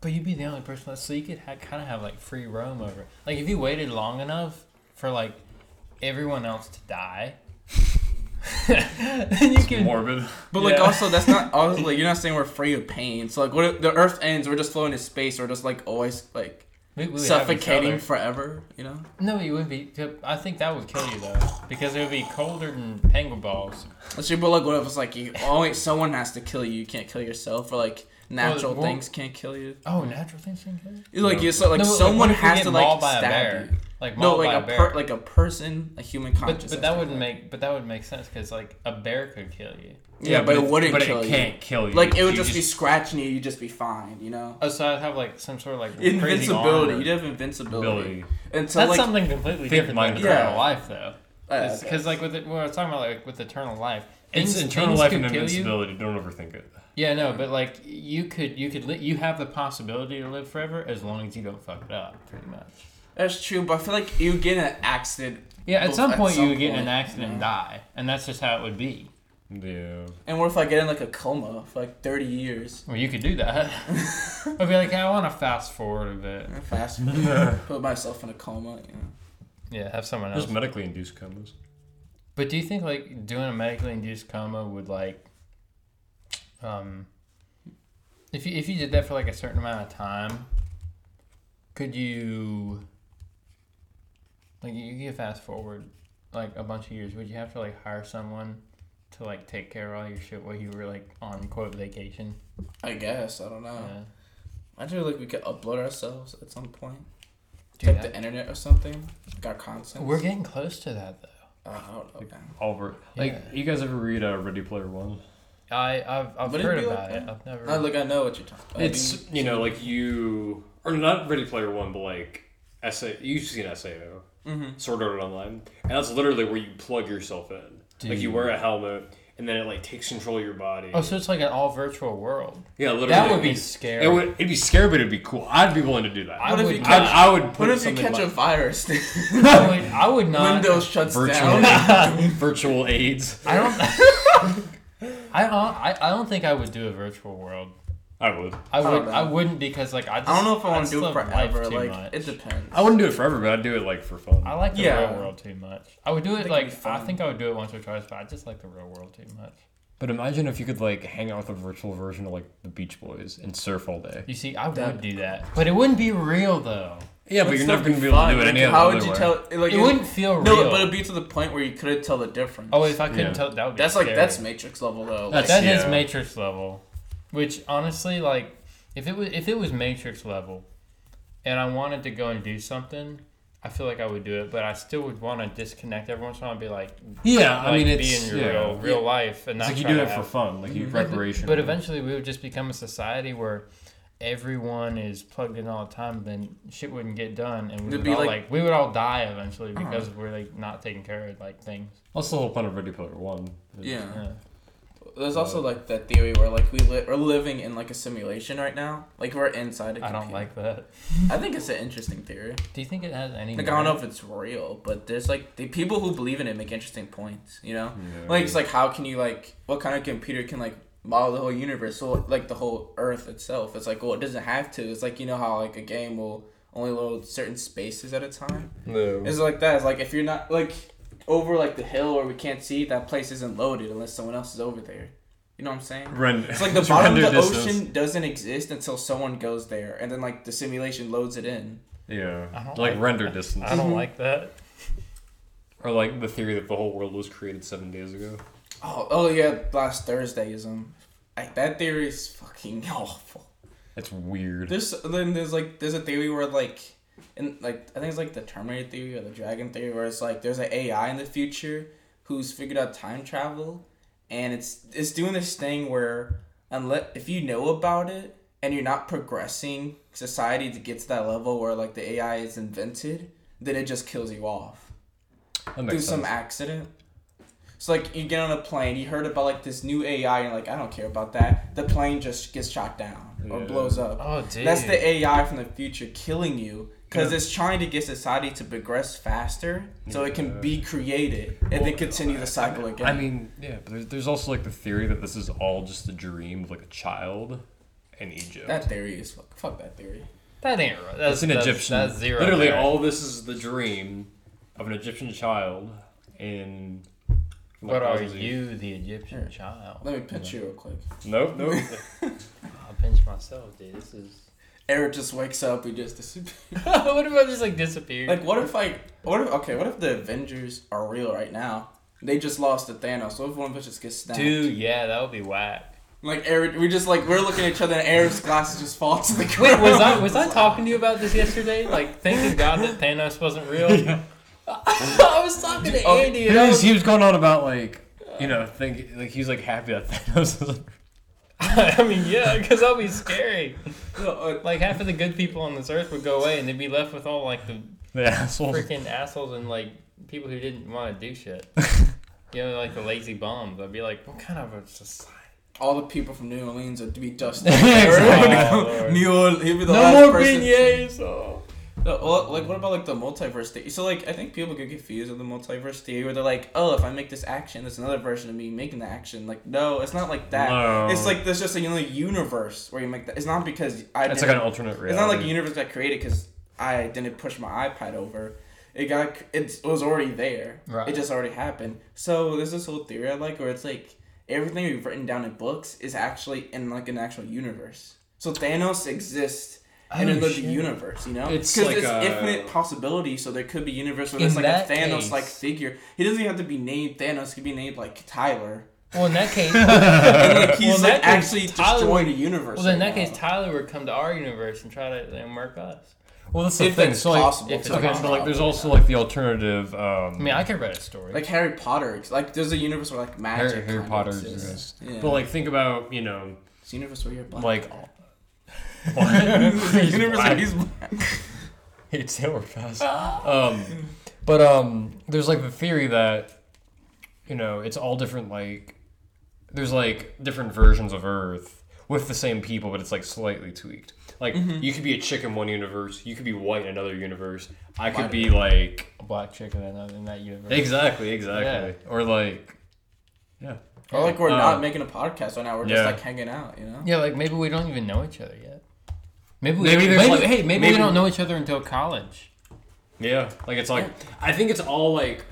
S2: But you'd be the only person left, so you could ha- kind of have like free roam over. Like if you waited long enough for like everyone else to die, then you could.
S1: Morbid.
S3: But like
S2: Yeah.
S3: also that's not also like you're not saying we're free of pain. So like what if the earth ends, we're just floating in space, we're just like always like
S2: we- we would have each
S3: suffocating
S2: other.
S3: forever, you know?
S2: No, you wouldn't be. I think that would kill you though, because it would be colder than penguin balls.
S3: Let's say but like what if it's like you always someone has to kill you, you can't kill yourself or like natural
S2: well-
S3: things can't kill you.
S2: Oh, natural things can kill you.
S3: It's Like you so like
S2: No, but, like,
S3: someone
S2: what if we
S3: has
S2: get
S3: to
S2: mauled
S3: like
S2: by a
S3: stab
S2: bear?
S3: you.
S2: Like
S3: No,
S2: mauled by
S3: like a
S2: bear.
S3: per, like a person, a human
S2: but,
S3: consciousness.
S2: but that wouldn't make but that would make sense because like a bear could kill you.
S3: Yeah, but, it
S1: it's-
S3: wouldn't
S1: But
S3: kill
S1: it
S3: you.
S1: can't kill you.
S3: Like it would
S1: You
S3: just, be scratching you. You'd just be fine. You know.
S2: Oh, so I'd have like some sort of like crazy
S3: Invincibility.
S2: armor.
S3: You'd have invincibility.
S1: ability.
S3: And so
S2: That's
S3: like, uh,
S2: something completely
S1: Think
S2: different than
S1: Minecraft.
S2: eternal
S3: Yeah.
S2: life though.
S3: Yeah,
S2: Because
S3: okay.
S2: like with it, when I was talking about like with eternal life,
S1: It's
S2: things-
S1: internal
S2: things
S1: life
S2: could
S1: and
S2: kill you.
S1: invincibility. Don't overthink it.
S2: Yeah, no, but like you could you could li- you have the possibility to live forever as long as you don't fuck it up, pretty much.
S3: that's true. But I feel like you get in an accident,
S2: Yeah, at
S3: Well,
S2: some
S3: at
S2: point
S3: some
S2: you would get in
S3: point,
S2: an accident and die, and that's just how it would be.
S1: Yeah.
S3: and what if I get in like a coma for like thirty years?
S2: Well, you could do that. I'd be like, I want to fast forward a bit.
S3: Fast forward, put myself in a coma. You know.
S2: Yeah, have someone else.
S1: There's medically induced comas.
S2: But do you think like doing a medically induced coma would like, um, if you if you did that for like a certain amount of time, could you like you could fast forward like a bunch of years? Would you have to like hire someone to like take care of all your shit while you were like on quote vacation?
S3: I guess I don't know.
S2: Yeah.
S3: I feel like we could upload ourselves at some point,
S2: Do
S3: like
S2: that.
S3: the internet or something. Like our content.
S2: We're getting close to that though.
S3: Uh, I don't know. man.
S1: All over. Like
S2: Yeah.
S1: you guys ever read uh, Ready Player One?
S2: I I've, I've
S3: Would it
S2: heard
S3: be like
S2: about it.
S3: that?
S2: I've never.
S3: Not like I know what you're talking about.
S1: It's you know like you or not Ready Player One, but like essay. You've seen SAO,
S3: Mhm.
S1: Sword Art Online, and that's literally where you plug yourself in. Like you
S2: Dude.
S1: wear a helmet, and then it like takes control of your body.
S2: oh, so it's like an all virtual world.
S1: yeah, literally.
S2: That would
S1: It
S2: be
S1: would-
S2: scary.
S1: It would. It'd be scary, but it'd be cool. I'd be willing to do that.
S2: I
S3: What if
S2: would
S3: you
S2: not-
S1: I, I would. Put
S3: What if you
S1: something
S3: catch a
S1: like
S3: virus?
S2: I would, I would not.
S3: Windows shuts down.
S1: virtual virtual AIDS?
S2: I don't. I don't. I, I don't think I would do a virtual world.
S1: I would.
S2: I
S3: don't
S2: would.
S3: know.
S2: I, wouldn't because like I. Just,
S3: I don't know if I want
S2: just
S3: to do it
S2: love life
S3: forever.
S2: too
S3: Like
S2: much.
S3: it depends.
S1: I wouldn't do it forever, but I'd do it like for fun.
S2: I like the
S3: Yeah.
S2: real world too much. I would do it
S3: it'd be
S2: like I
S3: fun.
S2: think I would do it once or twice, but I just like the real world too much.
S1: But imagine if you could like hang out with a virtual version of like the Beach Boys and surf all day.
S2: You see, I
S3: That-
S2: would do that, but it wouldn't be real though.
S1: Yeah,
S3: That'd
S1: but you're
S3: still
S1: never gonna be able
S3: fun.
S1: to do it
S3: Like,
S1: any other
S3: How would you
S1: way.
S3: tell? Like
S2: It wouldn't feel
S3: No,
S2: real.
S3: but it'd be to the point where you couldn't tell the difference.
S2: oh, if I couldn't
S1: Yeah.
S2: tell, that would be.
S3: that's like
S2: scary.
S3: that's Matrix level though.
S1: That's-
S3: like,
S2: That is
S1: Yeah.
S2: Matrix level, which honestly, like, if it was if it was Matrix level, and I wanted to go and do something, I feel like I would do it, but I still would want to disconnect every once in a while and be like,
S1: Yeah, I
S2: like,
S1: mean
S2: be
S1: it's
S2: in your
S1: yeah.
S2: real real life and
S1: It's
S2: not
S1: like you
S2: try
S1: do
S2: to
S1: it for
S2: have-
S1: fun, like you
S3: Mhm.
S1: recreation.
S2: But eventually, we would just become a society where everyone is plugged in all the time. Then shit wouldn't get done, and we
S3: It'd
S2: would
S3: be
S2: all like,
S3: like-
S2: we would all die eventually
S1: Uh-huh.
S2: because we're like not taking care of like things.
S1: that's the whole point of Ready Player One. is-
S3: yeah.
S2: Yeah.
S3: There's also like that theory where like we li- we're living in like a simulation right now. Like we're inside. A
S2: I don't
S3: computer.
S2: like that.
S3: I think it's an interesting theory.
S2: Do you think it has any?
S3: Like I don't
S2: merit?
S3: know if it's real, but there's like the people who believe in it make interesting points. You know,
S1: Yeah.
S3: like it's like how can you like what kind of computer can like model the whole universe? So like the whole Earth itself. It's like well, it doesn't have to. It's like you know how like a game will only load certain spaces at a time.
S1: no.
S3: It's like that. It's like if you're not like over like the hill where we can't see, that place isn't loaded unless someone else is over there. You know what I'm saying?
S1: Ren-
S3: It's like the bottom of the
S1: render distance.
S3: ocean doesn't exist until someone goes there, and then like the simulation loads it in.
S1: Yeah,
S2: I
S3: Uh-huh.
S2: don't
S1: like,
S2: like
S1: render distance,
S2: I don't like that.
S1: or like the theory that the whole world was created seven days ago.
S3: Oh, oh yeah, last Thursdayism. I, that theory is fucking awful.
S1: It's weird.
S3: There's then there's like there's a theory where like, in like I think it's like the Terminator theory or the Dragon theory where it's like there's an AI in the future who's figured out time travel, and it's it's doing this thing where unless if you know about it and you're not progressing society to get to that level where like the AI is invented, then it just kills you off
S1: that
S3: through
S1: makes
S3: some
S1: sense.
S3: accident. So like you get on a plane, you heard about like this new AI, and like I don't care about that. The plane just gets shot down or
S1: Yeah.
S3: blows up.
S2: Oh, dude.
S3: That's the AI from the future killing you because
S1: Yeah.
S3: it's trying to get society to progress faster so it can be created and then continue the cycle again.
S1: I mean, yeah, but there's, there's also like the theory that this is all just a dream of like a child in Egypt.
S3: that theory is fuck, fuck that theory.
S2: That ain't right. That's,
S1: That's an Egyptian.
S2: That's zero.
S1: Literally,
S2: merit.
S1: all this is the dream of an Egyptian child in.
S2: But
S1: like,
S2: are
S1: thousands of years.
S2: you the Egyptian child?
S3: Let me pinch you real quick.
S1: Nope, nope.
S2: I'll pinch myself, dude. This is.
S3: Eric just wakes up. We just disappear.
S2: what if I just like disappeared?
S3: Like what if like what if okay what if the Avengers are real right now? They just lost to Thanos. What if one of us just gets snapped?
S2: dude, yeah, that would be whack.
S3: Like Eric, we just like we're looking at each other, and Eric's glasses just fall to the
S2: Wait,
S3: ground.
S2: was I was I talking to you about this yesterday? Like, thanking God that Thanos wasn't real. I was talking to
S3: Oh,
S2: Andy,
S1: He
S2: and I
S1: was,
S2: was,
S1: he was going on about like, you know, think like he's like happy that Thanos was.
S2: I mean, yeah, because that'd be scary.
S3: No, uh,
S2: Like half of the good people on this earth would go away, and they'd be left with all like the
S1: The assholes.
S2: freaking assholes and like people who didn't want to do shit. You know, like the lazy bums. I'd be like, what kind of a society?
S3: all the people from New Orleans are to be dusted.
S1: Exactly.
S2: Oh, Lord.
S3: New Orleans, he'd be the last
S2: No more
S3: person.
S2: beignets. Oh.
S3: No, well, like what about like the multiverse theory? So like I think people get confused with the multiverse theory where they're like, oh, if I make this action, there's another version of me making the action. Like no, it's not like that.
S1: No.
S3: It's like there's just another universe where you make that. It's not because I.
S1: It's like
S3: didn't-
S1: an alternate reality.
S3: It's not like a universe got created because I didn't push my iPad over. It got it, it was already there.
S2: Right.
S3: It just already happened. So there's this whole theory I like where it's like everything we've written down in books is actually in like an actual universe. So Thanos exists in
S2: Oh,
S3: another
S2: shit.
S3: universe, you know?
S1: It's
S3: because
S1: like
S3: it's
S1: a-
S3: infinite possibility. So there could be universe where
S2: In
S3: there's like a
S2: that
S3: Thanos like
S2: case-
S3: figure. He doesn't even have to be named Thanos. He could be named like Tyler.
S2: Well, in that case,
S3: And like
S2: Well,
S3: he's
S2: in that
S3: like
S2: case,
S3: actually
S2: Tyler
S3: destroying the
S2: would-
S3: universe.
S2: well, then in that
S3: right
S2: case,
S3: now.
S2: Tyler would come to our universe and try to and murk us.
S1: Well, that's the
S3: if
S1: thing.
S3: it's
S1: so like,
S3: possible.
S2: if
S3: to
S2: it's
S1: okay, so
S3: possible.
S1: like, there's also like the alternative. Um,
S2: I mean, I could write a story.
S3: Like Harry Potter. It's like there's a universe where like magic.
S1: Harry,
S3: kind
S1: Harry
S3: of
S1: Potter
S3: exists.
S1: exists.
S3: Yeah.
S1: But like, think about you know,
S3: it's a universe where you're black.
S1: like.
S3: It's a universe where
S1: Black.
S3: he's black.
S1: It's Taylor Fast. um, but um, there's like the theory that, you know, it's all different. Like, there's like different versions of Earth with the same people, but it's like slightly tweaked. Like, you could be a chick in one universe, you could be white in another universe. I could be like
S2: a black chick in that, in that universe.
S1: exactly, exactly, or like, yeah,
S3: Or like we're
S1: Um,
S3: not making a podcast right now. We're just
S1: yeah.
S3: like hanging out, you know.
S2: Oh, Yeah, like maybe we don't even know each other yet. Maybe we,
S1: Maybe
S2: maybe,
S1: there's, like-
S2: hey, maybe,
S1: maybe-
S2: we don't know each other until college.
S1: yeah. Like it's like
S4: I think it's all like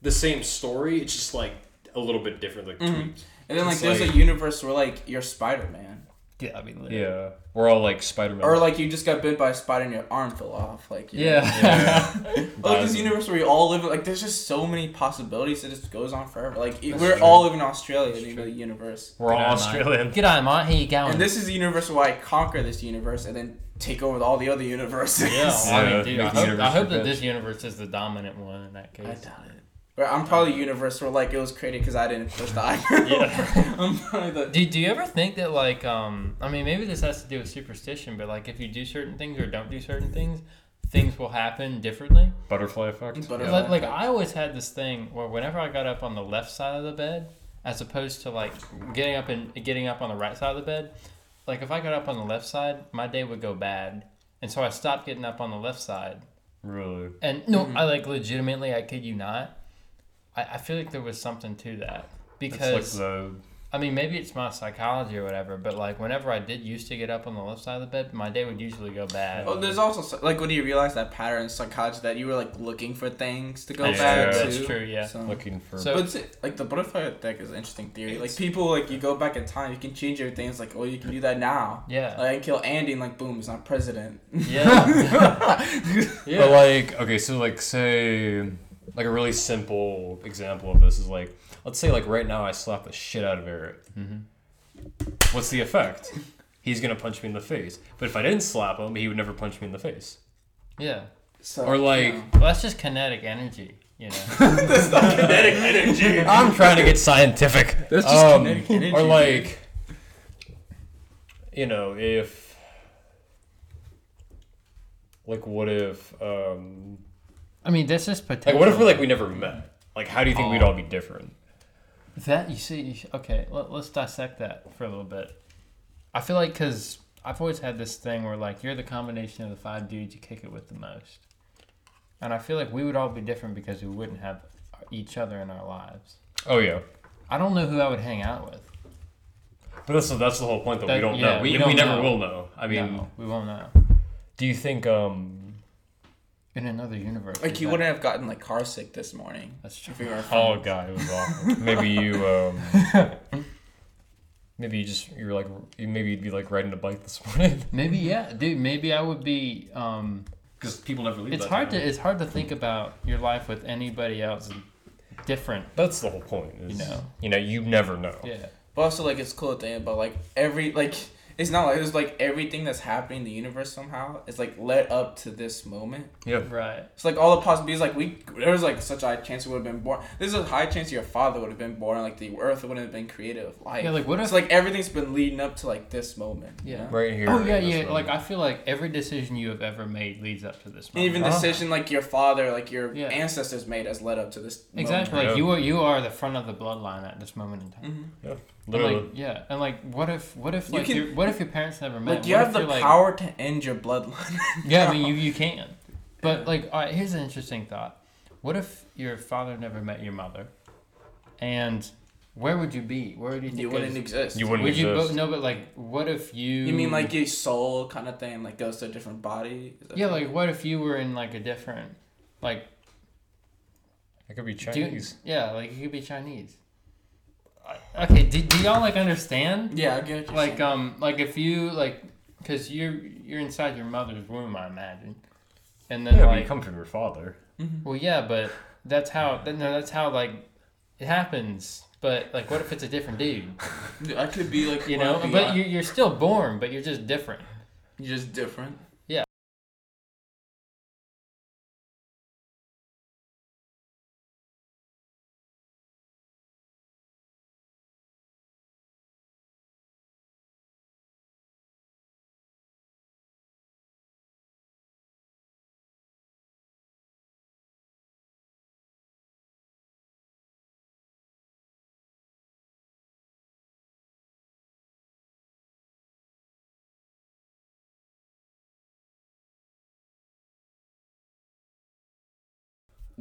S4: the same story. It's just like a little bit different, like tweaked.
S3: And then like
S1: It's
S3: there's
S1: like-
S3: a universe where like you're Spider Man,
S2: Yeah, I mean,
S1: yeah, we're all like Spider Man.
S3: or like you just got bit by a spider and your arm fell off, like you know.
S2: yeah.
S3: Or, like this universe where we all live. Like there's just so many possibilities. It just goes on forever. Like it-
S2: That's
S3: we're
S2: true.
S3: all living in Australia in another universe.
S1: we're all
S2: Good eye, Mike.
S1: Australian.
S2: Good eye, Mont. How you going?
S3: And this is the universe where I conquer this universe and then take over all the other universes.
S2: yeah, I
S1: Yeah,
S2: mean, dude, I
S1: make the
S2: hope,
S1: universe
S2: I hope
S1: your
S2: that this universe is the dominant one in that case.
S3: I doubt it. But I'm probably the universe where like it was created because I didn't push the iPad.
S2: Yeah.
S3: I'm probably the.
S2: Do, do you ever think that like um I mean maybe this has to do with superstition but like if you do certain things or don't do certain things things will happen differently
S1: Butterfly effect.
S3: Butterfly.
S1: Yeah.
S2: like, like I always had this thing where whenever I got up on the left side of the bed as opposed to like getting up and getting up on the right side of the bed like if I got up on the left side my day would go bad and so I stopped getting up on the left side
S1: Really.
S2: and no
S1: Mm-hmm.
S2: I like legitimately I kid you not I, I feel like there was something to that because
S1: It's like the
S2: I mean, maybe it's my psychology or whatever, but like whenever I did used to get up on the left side of the bed, my day would usually go bad.
S3: Oh, there's also like when you realize that pattern in psychology that you were like looking for things to go
S1: That's
S3: back
S1: true.
S3: to.
S2: That's true, yeah.
S3: So-
S1: looking for.
S2: So-
S3: but it's- like the butterfly effect is an interesting theory. Like people like you go back in time, you can change everything. It's like oh, you can do that now.
S2: Yeah.
S3: Like I kill Andy and like boom, he's not president.
S2: yeah. yeah.
S1: But like, okay, so like, say, like a really simple example of this is like, let's say like right now I slap the shit out of Eric.
S4: Mm-hmm.
S1: What's the effect? He's gonna punch me in the face. But if I didn't slap him, he would never punch me in the face.
S2: yeah.
S3: So
S1: Or like,
S3: you know.
S2: Well, that's just kinetic energy, you know.
S4: Kinetic energy.
S1: I'm trying to get scientific. Um,
S3: That's just kinetic energy,
S1: Or
S3: dude.
S1: like, you know, if like, what if, um,
S2: I mean, this is potential.
S1: like, what if we like we never met? Like, how do you think we'd all be different?
S2: that you see? you- Okay, let, let's dissect that for a little bit. I feel like because I've always had this thing where like you're the combination of the five dudes you kick it with the most, and I feel like we would all be different because we wouldn't have each other in our lives.
S1: Oh yeah.
S2: I don't know who I would hang out with.
S1: But that's the, that's the whole point though.
S2: That-
S1: we don't
S2: yeah,
S1: know.
S2: we
S1: We, we,
S2: don't
S1: never
S2: know.
S1: will know. I mean,
S2: no, we won't know.
S1: do you think um
S2: In another universe.
S3: like
S2: is
S3: you
S2: that-
S3: wouldn't have gotten like car sick this morning.
S2: That's true.
S3: If we were
S1: Oh god, it was awful. maybe you um maybe you just you were like you- maybe you'd be like riding a bike this morning
S2: Maybe yeah, dude. Maybe I would be. Um,
S1: because people never leave.
S2: it's
S1: that
S2: hard to
S1: town.
S2: it's hard to think about your life with anybody else different.
S1: That's the whole point. Is,
S2: You know.
S1: You know. You never know.
S2: Yeah.
S3: But also like it's cool to think about like every like it's not like it's like everything that's happening in the universe somehow is like led up to this moment.
S1: Yeah.
S2: Right.
S3: It's like all the possibilities. Like we, there was like such a high chance we would have been born. There's a high chance your father would have been born. Like the Earth wouldn't have been created of life.
S2: Yeah, like, what
S3: it's
S2: if-
S3: like everything's been leading up to like this moment. you
S2: Yeah.
S3: know?
S1: Right here.
S2: Oh yeah,
S1: in this
S2: yeah.
S1: room.
S2: Like I feel like every decision you have ever made leads up to this
S3: And
S2: moment.
S3: even
S1: Uh-huh.
S3: decision like your father, like your
S2: Yeah.
S3: ancestors made, has led up to this. moment.
S2: exactly.
S1: Yeah.
S2: Like you are you are the front of the bloodline at this moment in time.
S3: Mhm.
S2: And,
S1: literally.
S2: Like, yeah, and like, what if, what if,
S3: You
S2: like,
S3: can-
S2: your, what if your parents never met?
S3: Like you
S2: What
S3: have
S2: if
S3: the
S2: you're, like-
S3: power to end your bloodline.
S2: Yeah, I mean, you you can. But like, all right, here's an interesting thought. What if your father never met your mother, and where would you be? Where would you?
S3: you
S2: think
S3: wouldn't
S2: is-
S3: exist.
S1: you
S2: Would
S1: wouldn't
S2: you Mm.
S1: exist.
S2: both? No, but like, what if you?
S3: You mean like your soul kind of thing, like goes to a different body? Is that-
S2: Yeah, like what if you were in like a different, like
S1: I could be
S2: do-
S1: Chinese.
S2: yeah, like you could be Chinese. I- Okay, do, do y'all like understand?
S3: yeah, I get what you're
S2: like
S3: saying.
S2: um like if you like because you're you're inside your mother's womb i imagine and then
S1: yeah, but you
S2: like
S1: come from your father.
S2: well yeah but that's how that, no that's how like it happens but like what if it's a different dude
S3: I could be like
S2: uh, you know
S3: whatever
S2: but
S3: you
S2: you're, you're still born but you're just different
S3: are. you're just different.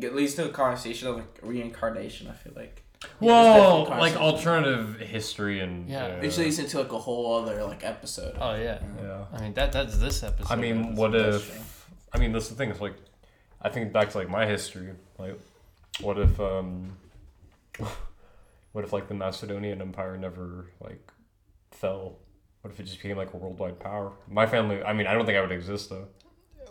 S3: It leads to a conversation of like reincarnation. I feel like.
S1: Well,
S3: It's definitely
S1: like
S3: Carson.
S1: alternative history and
S2: Yeah.
S1: uh,
S3: Which leads into like a whole other like episode.
S2: oh yeah
S1: yeah.
S2: i mean that that's this episode
S1: I mean,
S2: That's-
S1: what
S3: that's true.
S1: if? I mean, that's the thing. It's like, I think back to like my history. Like, what if? um What if like the Macedonian Empire never like fell? What if it just became like a worldwide power? My family. I mean, I don't think I would exist though.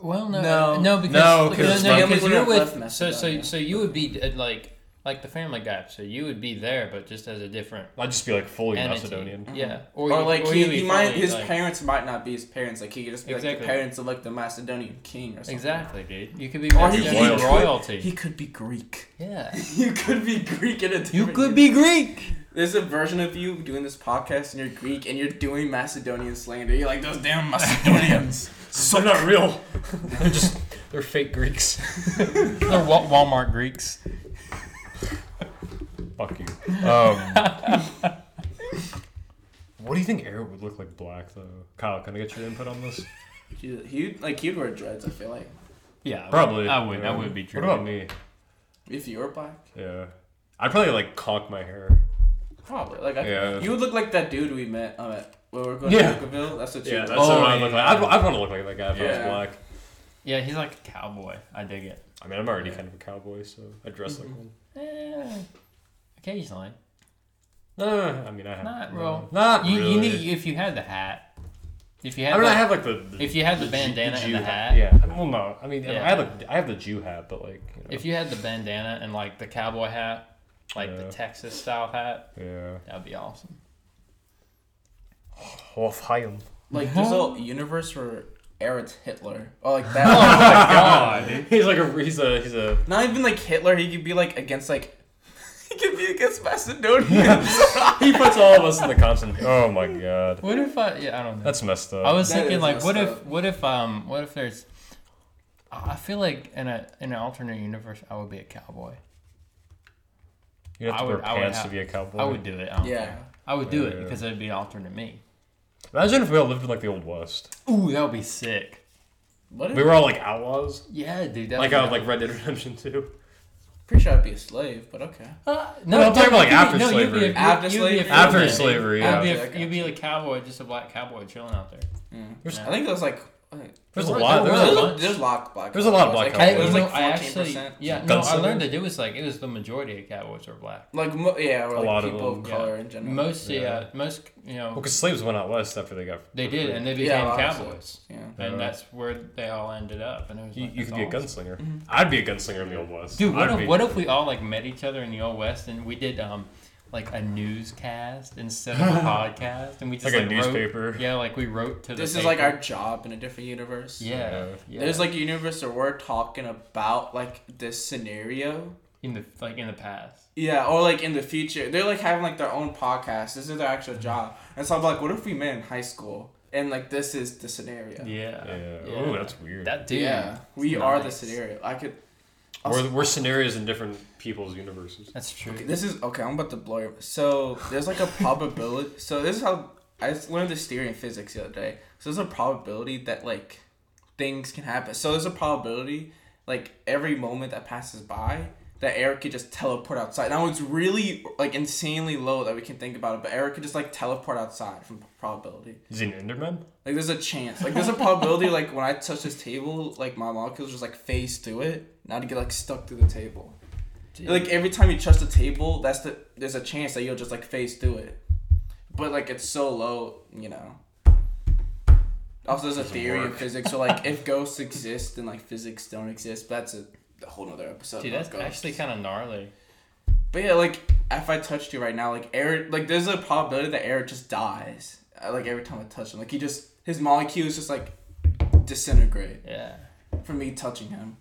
S2: well no
S3: No.
S2: no because
S1: No, 'cause
S2: because
S1: it's
S2: no,
S1: like-
S2: because
S3: Family
S2: you're
S3: would have
S2: with
S3: left
S2: so so
S3: Macedonia.
S2: so you would be uh, like like the family guy so you would be there but just as a different
S1: I'd just be like fully
S2: entity.
S1: Macedonian.
S2: yeah
S3: Or
S2: you-
S3: like
S2: or
S3: he,
S2: you would
S3: he
S2: be
S3: might
S2: fully,
S3: his
S2: like-
S3: parents might not be his parents. Like he could just be like
S2: Exactly.
S3: the parents of like the Macedonian king or something.
S2: Exactly, dude. You could be
S3: Or he,
S2: Macedonian
S3: he,
S1: Royal-
S3: could-
S2: royalty.
S3: he could be Greek.
S2: yeah.
S3: You could be Greek in a different
S2: Greek.
S3: There's a version of you doing this podcast and you're Greek and you're doing Macedonian slander. You're like those damn Macedonians.
S1: So not real. they're just they're fake Greeks.
S2: They're Wa- Walmart Greeks.
S1: Fuck you. Um, what do you think Eric would look like black though? Kyle, can I get your input on this?
S3: Dude, he like he'd wear dreads. I feel like
S2: Yeah,
S1: Probably.
S2: I would. I would be
S1: What about me?
S3: if you were black,
S1: Yeah. I'd probably like conk my hair.
S3: probably like I,
S1: Yeah.
S3: you would look like that dude we met um, at when we were going
S1: Yeah.
S3: to Cookaville. That's what you.
S1: Yeah,
S3: look
S1: that's
S3: like.
S2: Oh,
S1: what I look
S2: yeah.
S1: like. I'd, I'd want to look like that guy if
S3: Yeah.
S1: I was black.
S2: Yeah, he's like a cowboy. I dig it.
S1: I mean, I'm already kind of a cowboy, so I dress
S2: Mm-hmm.
S1: like one.
S2: Eh, occasionally,
S1: No, no, no, I mean, I have.
S2: not real.
S1: Not
S2: You,
S1: really.
S2: you need if you had the hat. If you had,
S1: I mean,
S2: like,
S1: I have like the. the
S2: if you had the
S1: Jew-
S2: bandana and
S1: Jew
S2: the hat.
S1: uh, Yeah. I- Well, no. I mean,
S2: Yeah.
S1: I have like I have the Jew hat, but like. You know,
S2: If you had the bandana and like the cowboy hat, like
S1: Yeah.
S2: the Texas style hat,
S1: yeah.
S2: that'd be awesome.
S1: Wolf Haim.
S3: Like there's a universe where Eretz Hitler or like that.
S1: he's like a he's a he's a
S3: Not even like Hitler. He could be like against like. He could be against Macedonians.
S1: he puts all of us in the constant. Oh my god,
S2: What if I? Yeah, I don't know.
S1: that's messed up.
S2: I was
S3: That
S2: thinking
S3: is
S2: like, what
S3: messed
S2: if,
S3: up.
S2: what if, um, what if there's? I feel like in a in an alternate universe, I would be a cowboy.
S1: you have
S2: I
S1: to
S2: would-
S1: wear
S2: I would
S1: pants to
S2: have-
S1: be a cowboy.
S2: I would do it. I don't
S3: Yeah.
S2: care. I would do it
S1: Yeah.
S2: because it'd be alternate me.
S1: Imagine if we all lived in like the old west.
S2: Ooh, that would be sick.
S3: what? If,
S1: We were all like outlaws,
S2: Yeah, dude. That
S1: like
S2: would
S1: uh,
S2: be-
S1: like Red Dead Redemption 2.
S3: pretty sure I'd be a slave, but okay.
S2: Uh, no,
S1: I'm talking about, like,
S2: you'd be-
S1: after
S2: no, you'd be
S1: slavery.
S2: a- you'd-
S3: After
S2: you'd be a
S3: slavery?
S2: free
S1: After
S2: man.
S1: slavery,
S2: You'd
S1: yeah.
S2: be a-
S3: Yeah, I got
S2: you'd be a cowboy, just a black cowboy chilling out there.
S1: There's-
S3: I think there's like. wait,
S1: There's a lot. There's a
S2: There's
S1: lot.
S2: bunch.
S3: There's a lot of black.
S1: There's a lot of black
S3: cowboys.
S2: I,
S1: It
S3: Like,
S1: was
S2: you
S3: there's
S2: know,
S3: like
S2: I actually,
S3: 14%.
S2: yeah, no, I
S1: Gunslinger?
S2: learned that it was like it was the majority of cowboys are black.
S3: Like mo- yeah, or
S1: A
S3: like
S1: lot of
S3: people of,
S1: them.
S2: Yeah.
S3: color in general.
S2: Most, yeah,
S1: Yeah.
S2: most, you know,
S1: Well, because slaves went out west after they got.
S2: they did, and they became
S3: Yeah, a lot of
S2: cowboys.
S3: Yeah.
S1: Yeah.
S2: and that's where they all ended up. And it was
S1: You,
S2: like,
S1: you
S2: that's
S1: could be a
S2: awesome.
S1: gunslinger. I'd be a gunslinger in the old west.
S2: Dude, what
S1: I'd
S2: if,
S1: be-
S2: what if we all like met each other in the old west and we did um like a newscast instead of a podcast, and we just
S1: Like
S2: like,
S1: a
S2: wrote-
S1: newspaper.
S2: yeah, like we wrote to the.
S3: This is like
S2: paper.
S3: our job in a different universe.
S2: Yeah, yeah.
S3: There's like a universe where we're talking about like this scenario.
S2: in the like in the past.
S3: Yeah, or like in the future. They're like having like their own podcast. This is their actual job. And so I'm like, what if we met in high school? And like this is the scenario.
S2: Yeah.
S1: Yeah.
S2: Yeah.
S1: Oh, that's weird.
S2: That dude.
S3: yeah. We
S2: it's
S3: are the
S2: nice.
S3: scenario. I could
S1: we're, we're scenarios in different people's universes.
S2: That's true.
S3: Okay, this is okay. I'm about to blow your. So there's like a probability. So this is how I just learned this theory in physics the other day. So there's a probability that like things can happen. So there's a probability like every moment that passes by that Eric could just teleport outside. Now it's really like insanely low that we can think about it, but Eric could just like teleport outside from probability.
S1: Is he an Enderman?
S3: Like there's a chance. Like there's a probability like when I touch this table, like my molecules just like phase through it, and I'd get like stuck to the table. Like every time you touch the table, that's the there's a chance that you'll just like phase through it. But like it's so low, you know. Also there's a
S1: Doesn't
S3: theory in
S1: work.
S3: physics, so like if ghosts exist then like physics don't exist, but that's a whole nother episode.
S2: Dude,
S3: about
S2: that's
S3: ghosts.
S2: actually kind of gnarly.
S3: But yeah, like if I touched you right now, like Eric, like there's a probability that Eric just dies. uh, Like every time I touch him, like he just his molecules just like disintegrate
S2: Yeah.
S3: from me touching him.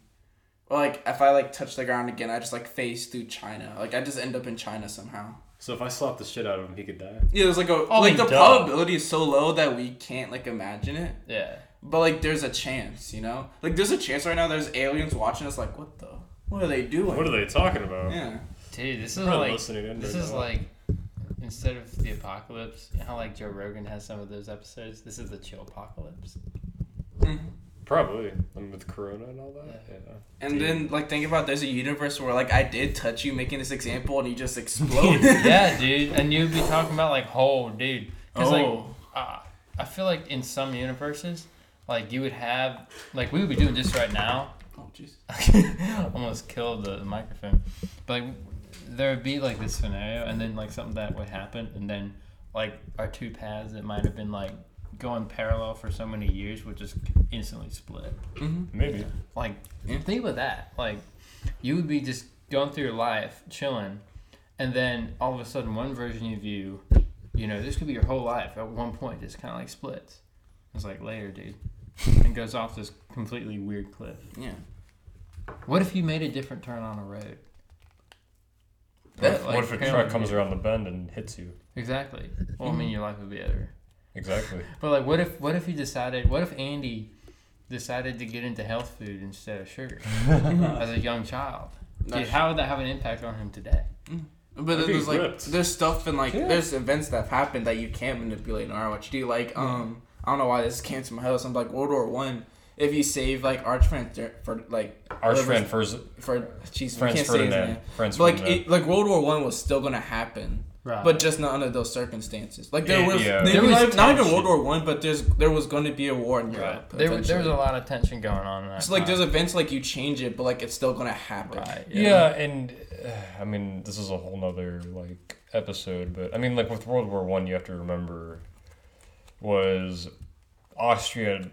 S3: Or like if I like touch the ground again, I just like phase through China. Like I just end up in China somehow.
S1: So if I slapped the shit out of him, he could die.
S3: Yeah, there's like a
S2: Oh,
S3: like the
S2: duh.
S3: probability is so low that we can't like imagine it.
S2: Yeah.
S3: But like there's a chance, you know. Like there's a chance right now. There's aliens watching us. Like what the? What are they doing?
S1: What are they talking about?
S3: Yeah.
S2: Dude, this is
S1: I'm not
S2: like
S1: listening to
S2: this
S1: Enderman.
S2: is like instead of the apocalypse, you know how like Joe Rogan has some of those episodes. This is the chill apocalypse.
S3: Mhm.
S1: Probably. And with Corona and all that. Yeah.
S2: Yeah.
S3: And
S1: Dude.
S3: then like think about there's a universe where like I did touch you making this example and you just explode.
S2: yeah, dude. And you'd be talking about like, oh, dude. 'Cause, like,
S3: Oh.
S2: uh, I feel like in some universes, like you would have, like we would be doing this right now.
S3: Oh jeez.
S2: Almost killed the microphone. But like, there would be like this scenario, and then like something that would happen, and then like our two paths that might have been like going parallel for so many years would just instantly split.
S1: Maybe.
S2: Like, think about that. Like, you would be just going through your life, chilling, and then all of a sudden, one version of you, you know, this could be your whole life at one point, just kind of like splits. It's like, later, dude. And goes off this completely weird cliff.
S3: Yeah.
S2: What if you made a different turn on a road?
S1: What,
S3: Yeah,
S1: if-
S2: Like,
S1: what if a truck
S2: apparently-
S1: comes around the bend and hits you?
S2: Exactly. Well, I
S3: Mm-hmm.
S2: mean, your life would be over.
S1: Exactly.
S2: But like, what if what if you decided? What if Andy decided to get into health food instead of sugar as a young child? Dude,
S3: That's-
S2: how would that have an impact on him today?
S3: But
S1: I'd
S3: then
S1: be
S3: there's like
S1: ripped.
S3: there's stuff and like
S1: Yeah.
S3: there's events that have happened that you can't manipulate in ROHD. Like um I don't know why this came to my house. I'm like World War One. If you save like Archfriend Dur- for like
S1: Arch
S3: Whoever's-
S1: friend Fers-
S3: for jeez we
S1: Franz
S3: can't say his name.
S1: Ferdinand. Franz
S3: But, like
S1: Ferdinand.
S3: it, like World War One was still gonna happen.
S2: Right.
S3: But just not under those circumstances. Like there
S1: Yeah,
S3: was,
S1: yeah.
S3: maybe
S2: There was
S3: not, not even
S2: tension.
S3: World War One, but there's there was going to be a war in Europe.
S2: Right. There, there was
S3: eventually.
S2: a lot of tension going on. in that
S3: So like
S2: time.
S3: there's events like you change it, but like it's still gonna happen.
S2: right.
S1: yeah, and uh, I mean, this is a whole nother like episode, but I mean, like with World War One, you have to remember was Austria,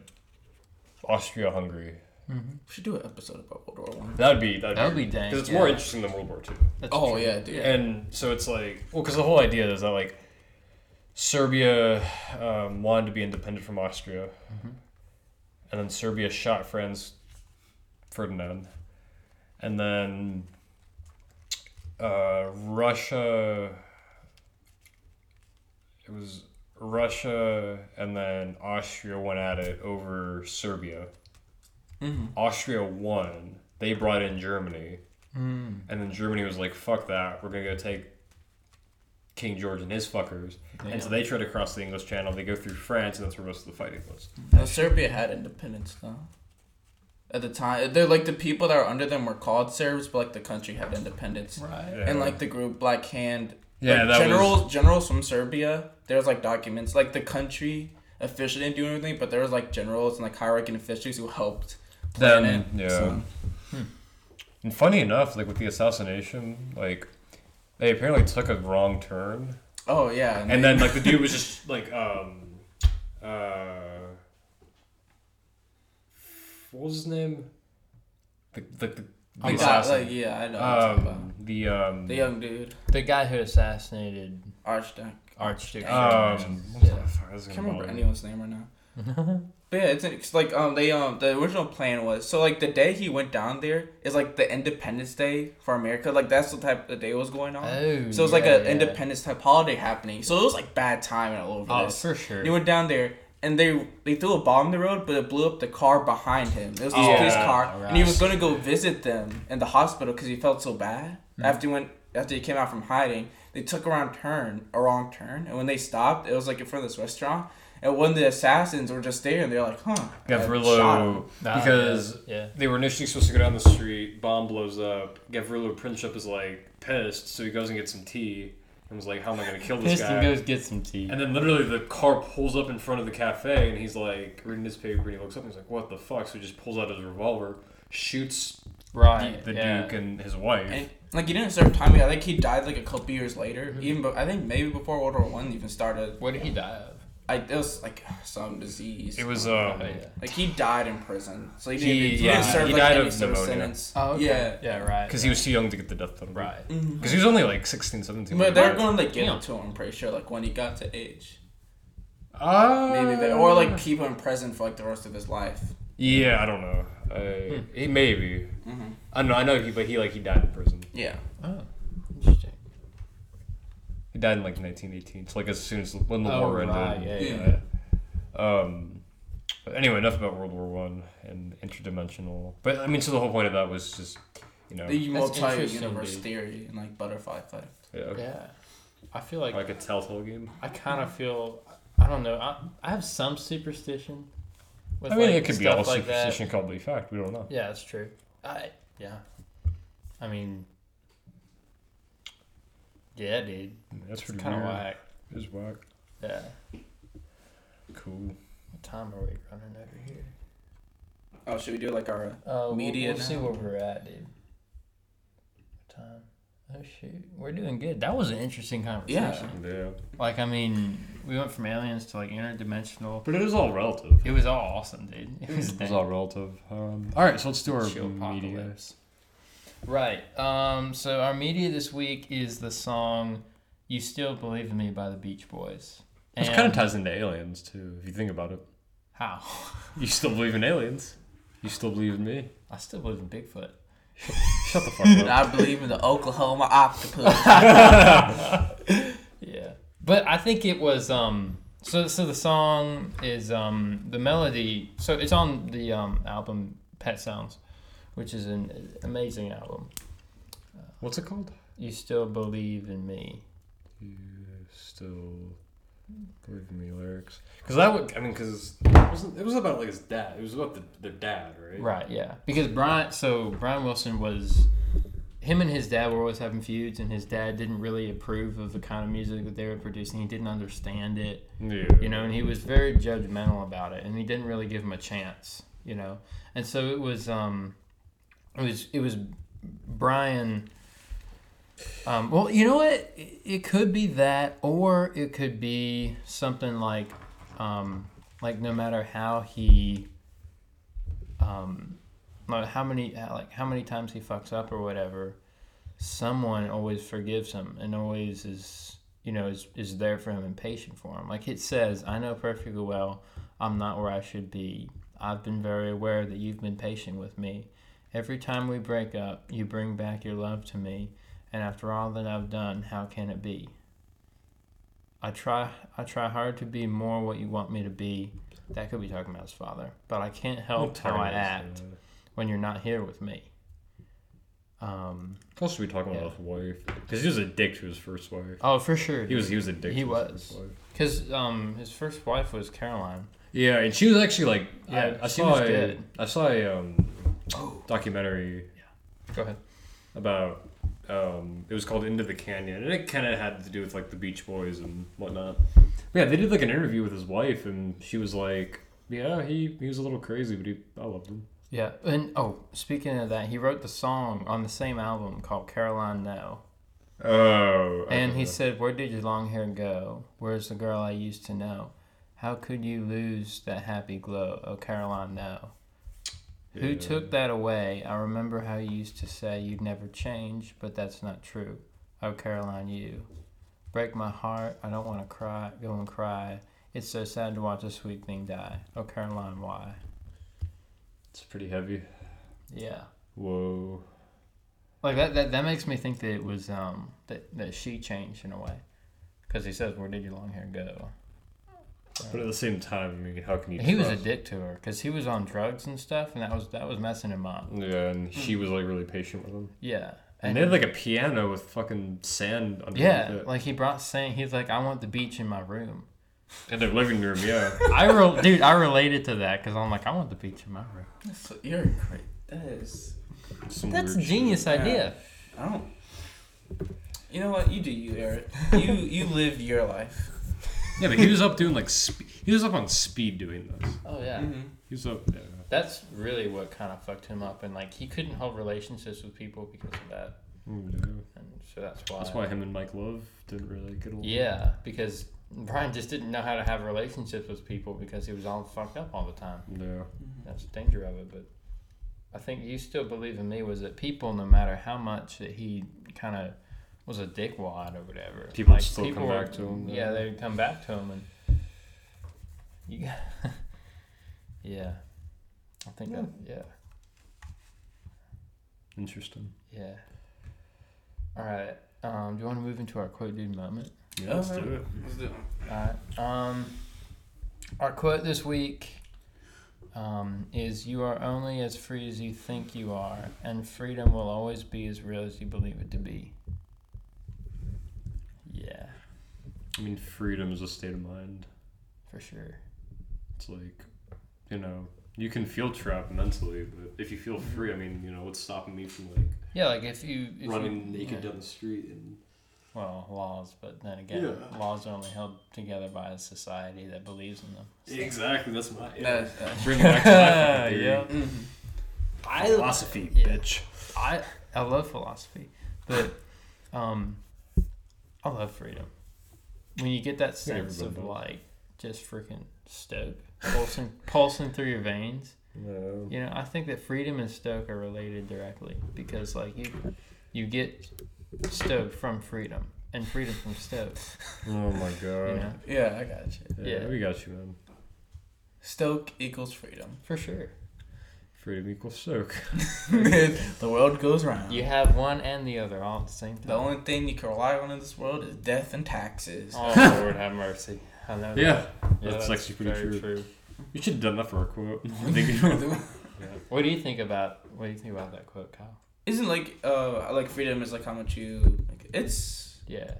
S1: Austria Hungary.
S3: We should do an episode about World War One.
S1: That would be that
S2: That would
S1: would
S2: be dank,
S1: because it's more
S2: yeah.
S1: interesting than World War Two.
S2: That's
S3: Oh
S2: true.
S3: yeah, dude.
S1: And so it's like, well, because the whole idea is that like Serbia um, wanted to be independent from Austria, and then Serbia shot Franz Ferdinand, and then uh, Russia. It was Russia and then Austria went at it over Serbia. Austria won. They brought in Germany. And then Germany was like, fuck that. We're going to go take King George and his fuckers. And so they tried to cross the English Channel. They go through France, and that's where most of the fighting was.
S3: Now, Serbia had independence though. At the time, they're like the people that are under them were called Serbs, but like the country had independence.
S2: Right.
S1: Yeah.
S3: And like the group Black Hand,
S1: Yeah, that
S3: like, generals generals from Serbia. There's like documents like the country officially didn't do anything, but there was like generals and like high ranking officials who helped. plan
S1: Them,
S3: it,
S1: yeah.
S3: so.
S1: And funny enough, like with the assassination, like they apparently took a wrong turn.
S3: Oh yeah.
S1: And then like the dude was just like um uh what was his name? The the, the, the
S3: they got,
S1: assassin.
S3: Oh, like yeah, I know. what you're talking about.
S1: um the um,
S3: uh, The young dude,
S2: The guy who assassinated
S3: Archduke.
S2: Archduke.
S1: um, what the fuck is it
S3: uh, can't remember
S1: called?
S3: anyone's name right now. but yeah, it's, it's like um they um the original plan was so like the day he went down there is like the Independence Day for America. Like that's the type of day was going on.
S2: Oh,
S3: so it was like
S2: yeah,
S3: an
S2: yeah.
S3: Independence type holiday happening. So it was like bad timing all over
S2: Oh,
S3: this.
S2: for sure.
S3: He went down there and they they threw a bomb in the road, but it blew up the car behind him. It was his
S1: Oh, Yeah.
S3: police car, and he
S2: Right.
S3: was gonna go visit them in the hospital because he felt so bad
S1: Mm.
S3: after he went after he came out from hiding. They took a wrong turn, a wrong turn, and when they stopped, it was like in front of this restaurant. And when the assassins were just there, and they're like, "Huh." and shot him.
S1: Gavrillo,
S2: Nah,
S1: because
S2: yeah,
S4: They were initially supposed to go down the street. Bomb blows up. Gavrilo Princip is like pissed, so he goes and gets some tea and was like, "How am I gonna kill
S2: yeah.
S4: this
S2: Piston
S4: guy?"
S2: goes get some tea.
S4: and then literally the car pulls up in front of the cafe, and he's like reading his paper, and he looks up and he's like, "What the fuck?" So he just pulls out his revolver, shoots
S2: Right.
S1: the
S2: yeah.
S1: Duke and his wife.
S3: And like he didn't serve time. I think he died like a couple years later.
S1: Mm-hmm.
S3: Even but I think maybe before World War One even started.
S2: What did he die of?
S3: I it was like some disease.
S1: it was um,
S2: Oh, yeah.
S3: Like he died in prison, so he
S1: He-
S3: didn't, he,
S1: yeah,
S3: didn't serve
S1: he
S3: like
S1: died
S3: any
S1: of
S3: sort of
S1: pneumonia.
S3: sentence.
S2: Oh, okay. Mm.
S3: yeah.
S2: Yeah, right.
S1: because he was too young to get the death penalty.
S2: right.
S1: Because he was only like 16, 17.
S3: But they're going to like give
S2: Damn.
S3: it to him. I'm pretty sure, like when he got to age,
S1: uh,
S3: maybe they or like keep him in prison for like the rest of his life.
S1: Yeah, I don't know. I,
S2: Hmm.
S1: He maybe.
S2: Mm-hmm.
S1: I don't know. I know, he, but he like he died in prison.
S3: Yeah,
S2: Oh, interesting.
S1: He died in like 1918. So like as soon as when the
S2: Oh,
S1: war ended.
S2: right, yeah,
S3: yeah.
S1: Yeah. Um. But anyway, enough about World War One and interdimensional. But I mean, so the whole point of that was just, you know,
S3: the
S2: That's
S3: multi-universe
S2: interesting, dude.
S3: theory and like butterfly effect.
S1: yeah, okay.
S2: Yeah. I feel like
S1: like a telltale game.
S2: I kind of feel I don't know. I, I have some superstition. With
S1: I mean,
S2: like,
S1: it could be
S2: stuff
S1: all
S2: like that.
S1: superstition, called the fact. We don't know.
S2: Yeah, that's true. I yeah. I mean, yeah, dude.
S1: That's
S2: It's
S1: pretty
S2: kind of
S1: weird.
S2: whack.
S1: It's whack.
S2: Yeah.
S1: Cool.
S2: What time are we running over here?
S3: Oh, should we do like our?
S2: Uh,
S3: Media
S2: Media. We'll,
S3: now.
S2: see where we're at, dude. What time? Oh shoot, we're doing good. That was an interesting conversation.
S3: Yeah.
S1: Yeah.
S2: Like I mean, we went from aliens to like interdimensional.
S1: But it is all relative.
S2: It was all awesome, dude. It was,
S1: It's all relative. Um, all right, so let's do our
S2: Chill
S1: media.
S2: apocalypse. Right. Um, so our media this week is the song "You Still Believe in Me" by the Beach Boys.
S1: This
S2: And-
S1: kind of ties into aliens too, if you think about it.
S2: how
S1: You still believe in aliens? You still believe in me?
S2: I still believe in Bigfoot.
S1: Shut the fuck up.
S3: I believe in the Oklahoma octopus.
S2: Yeah, but I think it was um. So so the song is um the melody. So it's on the um album Pet Sounds, which is an amazing album.
S1: What's it called?
S2: You still believe in me.
S1: You still believe in me lyrics? Because that would, I mean, because it, wasn't- it was about like his dad. It was about the, their dad, right?
S2: Right, yeah. Because Brian, so Brian Wilson was, him and his dad were always having feuds, and his dad didn't really approve of the kind of music that they were producing. He didn't understand it,
S1: Yeah.
S2: you know, and he was very judgmental about it, and he didn't really give him a chance, you know. And so it was, um, it was, it was Brian. Um, well, you know what? It, it could be that, or it could be something like, um, like no matter how he um, no- how many how- like how many times he fucks up or whatever, someone always forgives him and always is you know is is there for him and patient for him. Like it says, I know perfectly well I'm not where I should be. I've been very aware that you've been patient with me. Every time we break up, you bring back your love to me, and after all that I've done, how can it be? I try I try hard to be more what you want me to be. That could be talking about his father, but I can't help how I act when you're not here with me. Um,
S1: Plus, we talking about his wife because he was a dick to his first wife.
S2: oh, for sure.
S1: He was he was a dick. to
S2: He
S1: His
S2: was.
S1: first wife.
S2: Because um, his first wife was Caroline.
S1: Yeah, and she was actually like,
S2: Yeah,
S1: I, I
S2: she
S1: saw
S2: was
S1: a,
S2: dead.
S1: I saw a um, documentary
S2: Go ahead.
S1: about um, it was called Into the Canyon, and it kind of had to do with like the Beach Boys and whatnot. But yeah, they did like an interview with his wife, and she was like, "Yeah, he he was a little crazy, but he I loved him."
S2: Yeah, and oh, speaking of that, he wrote the song on the same album called Caroline No.
S1: Oh,
S2: And he said, Where did your long hair go? Where's the girl I used to know? How could you lose that happy glow? Oh, Caroline, no. Who
S1: Yeah.
S2: took that away? I remember how you used to say you'd never change, but that's not true. Oh, Caroline, you break my heart. I don't want to cry. Go and cry. It's so sad to watch a sweet thing die. Oh, Caroline, why?
S1: It's pretty heavy.
S2: Yeah.
S1: Whoa.
S2: Like that, that, that makes me think that it was um that, that she changed in a way, because he says, "Where did your long hair go?"
S1: But at the same time, I mean, how can you?
S2: He was a
S1: trust-
S2: dick to her because he was on drugs and stuff, and that was that was messing him up.
S1: Yeah, and
S2: Hmm.
S1: she was like really patient with him.
S2: Yeah,
S1: And they had like a piano with fucking sand underneath
S2: yeah,
S1: it.
S2: like he brought saying he's like, "I want the beach in my room."
S1: in their living room, yeah.
S2: I re- dude, I related to that because I'm like, I want the beach in my room.
S3: That's, you're great. That is.
S1: Some
S2: That's a
S1: weird
S2: genius
S3: shit.
S2: idea.
S3: I don't. You know what? You do you, Eric. You you live your life.
S1: shit. Yeah, but he was up doing like spe- he was up on speed doing this.
S2: Oh yeah,
S3: Mm-hmm.
S1: He was up. Yeah.
S2: that's really what kind of fucked him up, and like he couldn't hold relationships with people because of that,
S1: Mm, yeah.
S2: and so that's why.
S1: That's why him and Mike Love didn't really get along.
S2: Yeah, because Brian just didn't know how to have relationships with people because he was all fucked up all the time.
S1: Yeah.
S2: That's the danger of it. But I think you still believe in me was that people, no matter how much that he kind of was a dickwad or whatever,
S1: People would still come back to him,
S2: Yeah,
S1: yeah.
S2: they'd come back to him, and you, yeah, I think that, yeah,
S1: Interesting.
S2: yeah. All right. Um, do you want to move into our quote dude moment?
S1: Yeah, let's
S3: Alright.
S1: do it.
S3: Mm-hmm. Let's do it.
S2: Alright. Um, our quote this week um, is You are only as free as you think you are, and freedom will always be as real as you believe it to be. Yeah,
S1: I mean, freedom is a state of mind.
S2: for sure.
S1: It's like, you know, you can feel trapped mentally, but if you feel free, I mean, you know, what's stopping me from like
S2: Yeah, like if you. If
S1: running
S2: you,
S1: naked
S2: yeah.
S1: down the street and
S2: Well, laws, but then again,
S1: Yeah.
S2: laws are only held together by a society that believes in them.
S1: exactly that's my
S3: That's- that's-
S1: bring it back to my fucking theory.
S2: yeah.
S3: mhm.
S1: philosophy,
S2: yeah.
S1: bitch.
S2: I I love philosophy, but um, I love freedom. When you get that
S1: think
S2: sense of
S1: everybody
S2: like just freaking stoke pulsing pulsing through your veins,
S1: No.
S2: you know, I think that freedom and stoke are related directly because like you you get stoke from freedom and freedom from stoke.
S1: Oh my
S2: You
S1: god.
S2: know,
S3: Yeah, I got you.
S1: Yeah,
S2: Yeah.
S1: we got you, man.
S3: Stoke equals freedom.
S2: for sure.
S1: Freedom equals soak.
S3: the world goes round.
S2: You have one and the other all at the same time.
S3: The only thing you can rely on in this world is death and taxes.
S2: Oh Lord, have mercy. I know that.
S1: Yeah,
S2: Yeah,
S1: that's actually pretty
S2: very
S1: true.
S2: true.
S1: you should have done that for a quote. I think-
S2: What do you think about what do you think about that quote, Kyle?
S3: Isn't like uh like freedom is like how much you like it's
S2: Yeah.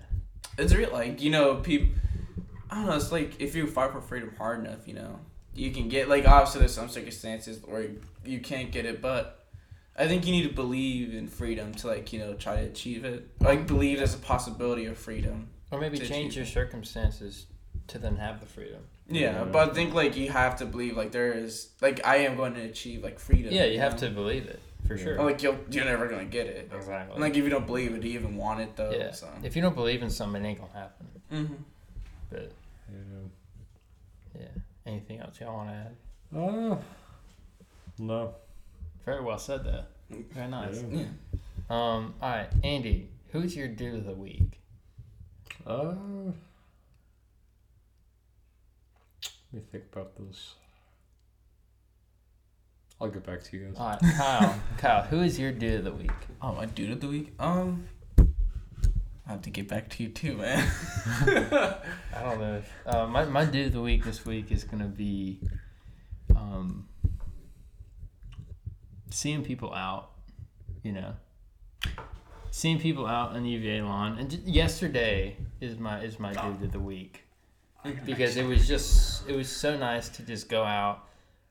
S3: it's real like you know people I don't know it's like if you fight for freedom hard enough you know you can get like obviously there's some circumstances where you can't get it but I think you need to believe in freedom to like you know try to achieve it like believe there's a possibility of freedom
S2: Or maybe
S3: to
S2: change
S3: achieve
S2: your
S3: it.
S2: circumstances to then have the freedom.
S3: yeah,
S1: Yeah.
S3: but I think like you have to believe like there is like I am going to achieve like freedom
S2: Yeah, you have
S3: know?
S2: to believe it for
S1: Yeah.
S2: sure.
S3: Or, like you'll, you're never gonna get it.
S2: Exactly.
S3: And, Oh, like if you don't believe it, do you even want it though?
S2: yeah.
S3: So.
S2: If you don't believe in something, it ain't gonna happen.
S3: hmm
S2: But
S1: yeah.
S2: yeah. Anything else y'all want to add?
S1: Uh, no.
S2: Very well said, though. Very nice.
S1: Yeah.
S3: Yeah.
S2: Um. All right, Andy. Who's your dude of the week?
S1: Uh, let me think about this. I'll get back to you guys.
S2: All right, Kyle. Kyle, who is your dude of the week?
S3: Oh, my dude of the week. Um, I have to get back to you too, man.
S2: I don't know. If, uh, my my dude of the week this week is gonna be, um, seeing people out, you know, seeing people out on the UVA lawn. And j- yesterday is my is my dude of the week because it was just it was so nice to just go out,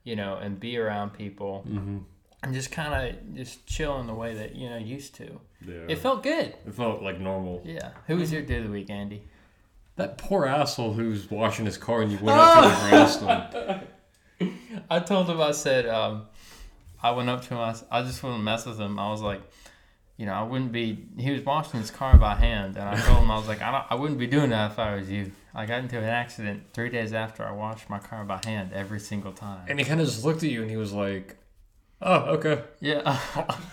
S2: you know, and be around people
S1: Mm-hmm.
S2: and just kind of just chill in the way that you know used to.
S1: Yeah.
S2: It felt good.
S1: it felt like normal.
S2: Yeah. Who was your dude of the week, Andy?
S1: That poor asshole who's washing his car and you went up to him and harassed him.
S2: I told him, I said, um, I went up to him, I, s- I just wouldn't mess with him. I was like, you know, I wouldn't be, he was washing his car by hand. And I told him, I was like, I, don't, I wouldn't be doing that if I was you. I got into an accident three days after I washed my car by hand every single time.
S1: And he kind of just looked at you and he was like, oh, okay.
S2: Yeah.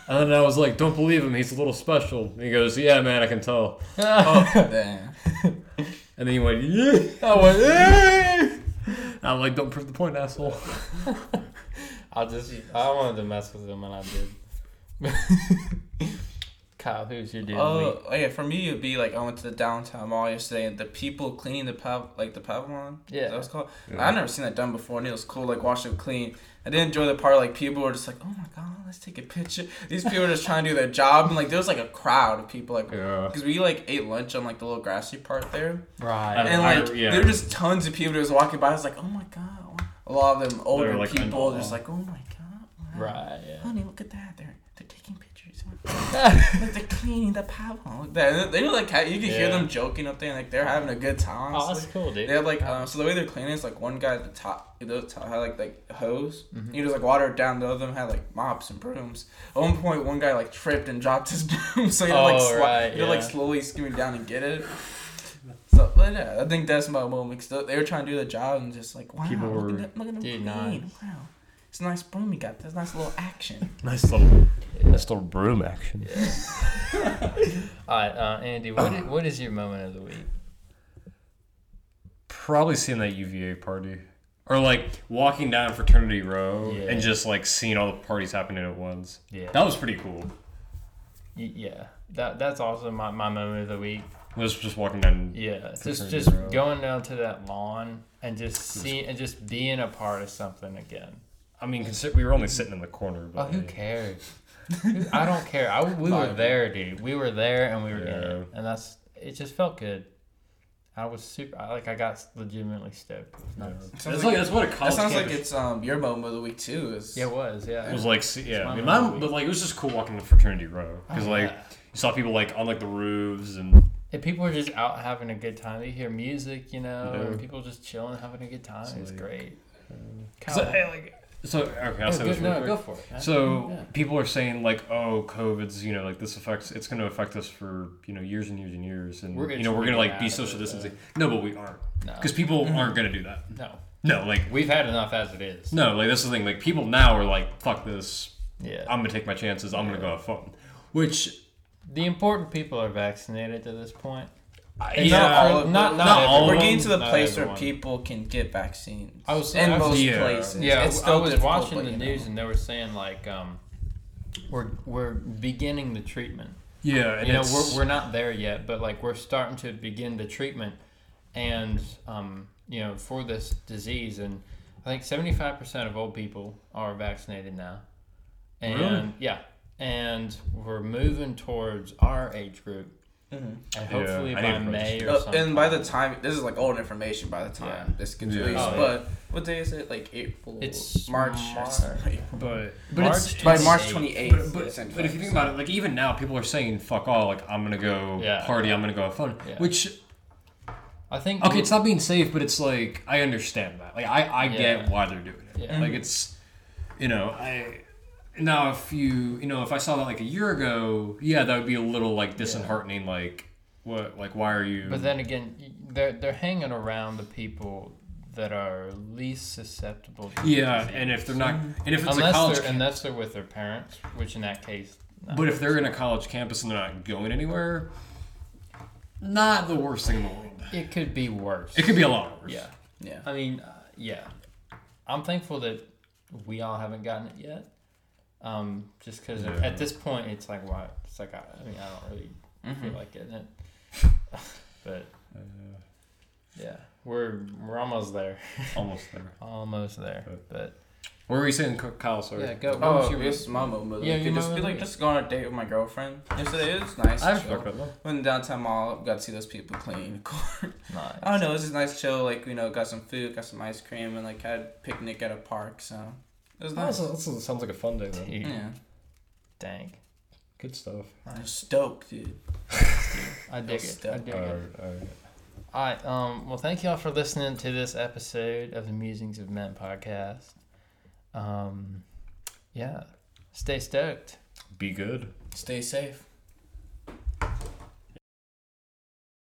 S1: And then I was like, don't believe him. He's a little special. And he goes, yeah, man, I can tell.
S3: Oh, damn.
S1: And then he went, yeah. I went, yeah. And I'm like, don't prove the point, asshole.
S2: I just I wanted to mess with him and I did. Kyle, who's your dude? of the
S3: Oh,
S2: week?
S3: yeah. For me, it'd be like I went to the downtown mall yesterday, and the people cleaning the pav, like the pavilion. is
S2: Yeah.
S3: that was called.
S1: Yeah.
S3: I've never seen that done before, and it was cool. Like watching them clean. I did enjoy the part like people were just like, oh my god, let's take a picture. These people were just trying to do their job, and like there was like a crowd of people like.
S1: Yeah.
S3: Because we like ate lunch on like the little grassy part there,
S2: Right.
S4: I-
S3: and like
S4: yeah.
S3: there were just tons of people just walking by. I was like, oh my god, a lot of them older
S4: like,
S3: people
S4: unawed.
S3: just like, oh my god, wow.
S2: Right. Yeah.
S3: Honey, look at that. They're they're taking pictures. like they're cleaning the pavilion. Look that. They were like ha- you could
S4: Yeah.
S3: hear them joking up there. and, Like they're having a good time.
S2: Oh, that's
S3: honestly.
S2: cool, dude.
S3: They had like um, so the way they're cleaning is like one guy at the top, the top had like like hose.
S2: Mm-hmm.
S3: He just like water it down. The other them had like mops and brooms. At one point, one guy like tripped and dropped his broom, so he had, like
S2: Oh,
S3: sli-
S2: right,
S3: he had, like
S2: yeah.
S3: slowly skimming down and get it. So but yeah, I think that's my moment. 'cause they were trying to do the job and just like wow,
S1: People
S3: look
S1: were-
S3: at that, look at them
S2: Dude,
S3: clean.
S2: nice.
S3: Wow, it's a nice broom you got. That's a nice little action.
S1: Nice little, nice little broom action.
S2: All right, uh, Andy. What is, what is your moment of the week?
S1: Probably seen that UVA party. Or like walking down fraternity row
S2: Yeah.
S1: and just like seeing all the parties happening at once.
S2: Yeah.
S1: That was pretty cool.
S2: Y- yeah. That that's also my, my moment of the week.
S1: I was just walking down.
S2: Yeah. Just
S1: Preferred
S2: just
S1: hero.
S2: going down to that lawn and just seeing and just being a part of something again.
S1: I mean, consider, we were only sitting in the corner,
S2: Oh,
S1: but
S2: who cares? Who- I don't care. I, we were there, dude. We were there and we were in it, and that's it. Just felt good. I was super. I, like I got legitimately stoked. It was nice.
S3: Sounds
S4: That's
S3: like-
S4: like that's what a
S3: That
S4: college
S3: sounds
S4: campus
S3: like it's um your moment of the week too. Is
S2: Yeah, it was. Yeah.
S1: it was like, see- yeah,
S2: uh, my
S1: I mean,
S2: moment of
S1: mine-
S2: the
S1: but like it was just cool walking the fraternity row because
S2: Oh,
S1: like
S2: yeah.
S1: you saw people like on like the roofs and
S2: If people are just out having a good time, they hear music, you know,
S1: Yeah.
S2: and people just chilling, having a good time. It's,
S1: like,
S2: great.
S1: 'cause
S2: Kyle,
S1: I, like so okay, I'll
S2: yeah,
S1: say this
S2: Oh, good-
S1: real
S2: no,
S1: quick.
S2: go for it.
S1: So
S2: Yeah.
S1: people are saying like, oh, COVID's you know like this affects it's going to affect us for you know years and years and years, and
S2: We're gonna
S1: you know we're
S2: totally
S1: going to
S2: get
S1: like be
S2: out of
S1: social
S2: it,
S1: distancing. No, but we aren't
S2: No. Mm-hmm.
S1: because people aren't going to do that.
S2: no,
S1: No, like
S2: we've had enough as it is.
S1: no, like that's the thing. Like people now are like, fuck this.
S2: Yeah.
S1: I'm going to take my chances. I'm going to go have fun. Which
S2: the important people are vaccinated to this point.
S1: I-
S2: It's
S1: yeah,
S2: not-
S3: of-
S2: not-
S3: we're-
S2: not
S3: we're
S1: all of
S3: getting
S2: them,
S3: to the
S2: not
S3: place where
S2: everyone.
S3: people can get vaccines.
S2: I was-
S3: in
S2: I was-
S3: most
S1: Yeah.
S3: places.
S2: Yeah,
S3: It's
S2: I
S3: still
S2: was
S3: difficult,
S2: watching
S3: but,
S2: the
S3: you know.
S2: news and they were saying like, um, we're we're beginning the treatment.
S1: yeah, and
S2: you know,
S1: it's,
S2: we're we're not there yet, but like we're starting to begin the treatment, and um, you know, for this disease, and I think seventy five percent of old people are vaccinated now, and
S1: Really?
S2: yeah, and we're moving towards our age group, and hopefully
S1: Mm-hmm. I need to
S2: by May or
S3: Uh,
S2: something.
S3: and by the time this is like old information by the time
S2: Yeah.
S3: this gets
S1: Yeah.
S3: released,
S2: Oh, yeah.
S3: but what day is it? Like April,
S2: It's
S3: March,
S2: March.
S1: but
S2: But it's-
S3: by
S2: it's-
S3: March twenty eighth.
S1: But, but if you think about it, like even now, people are saying "fuck all." Like I'm gonna go
S2: Yeah.
S1: party. I'm gonna go have fun.
S2: Yeah.
S1: Which
S2: I think
S1: okay, it's not being safe, but it's like I understand that. Like I, I
S2: Yeah.
S1: get why they're doing it.
S2: Yeah.
S1: Like it's, you know, I now if you you know if I saw that like a year ago, yeah, that would be a little like disheartening. Like what? Like why are you?
S2: But then again, y- they're they're hanging around the people that are least susceptible. To the
S1: yeah,
S2: disease.
S1: and if they're not, and if it's a
S2: unless
S1: college,
S2: they're
S1: camp-
S2: unless they're with their parents, which in that case, no.
S1: but if they're in a college campus and they're not going anywhere, not the worst thing in the world.
S2: it could be worse.
S1: It could be a lot worse.
S2: yeah,
S3: yeah,
S2: I mean, uh, yeah, I'm thankful that we all haven't gotten it yet. Um, just because
S1: Yeah.
S2: at this point, it's like why? It's like I, I mean, I don't really
S1: Mm-hmm.
S3: Mm-hmm.
S2: feel like getting it, but
S1: Uh,
S2: yeah, we're we're almost there,
S1: Almost there.
S2: almost there. But
S1: What were you saying, Kyle? Sorry.
S2: yeah, go. What was
S3: oh,
S2: your-
S3: yes, my moment.
S2: Yeah,
S3: Yeah,
S2: your
S3: could just
S2: moment
S3: be
S2: of the
S3: like
S2: week.
S3: just go on a date with my girlfriend yesterday. It was nice.
S1: I haven't
S3: chill.
S1: talked about that.
S3: Went to downtown mall, got to see those people clean.
S2: nice.
S3: I don't know, it was just nice chill. Like you know, got some food, got some ice cream, and like had a picnic at a park. So it was nice.
S1: That sounds like a fun day, man.
S2: Dude,
S3: Yeah,
S2: dang.
S1: Good stuff.
S3: I'm stoked, dude.
S2: I dig it. I
S3: Feels stuck.
S2: dig it. All right. Um, well, thank y'all for listening to this episode of the Musings of Men podcast. Um, yeah. Stay stoked.
S1: Be good.
S3: Stay safe.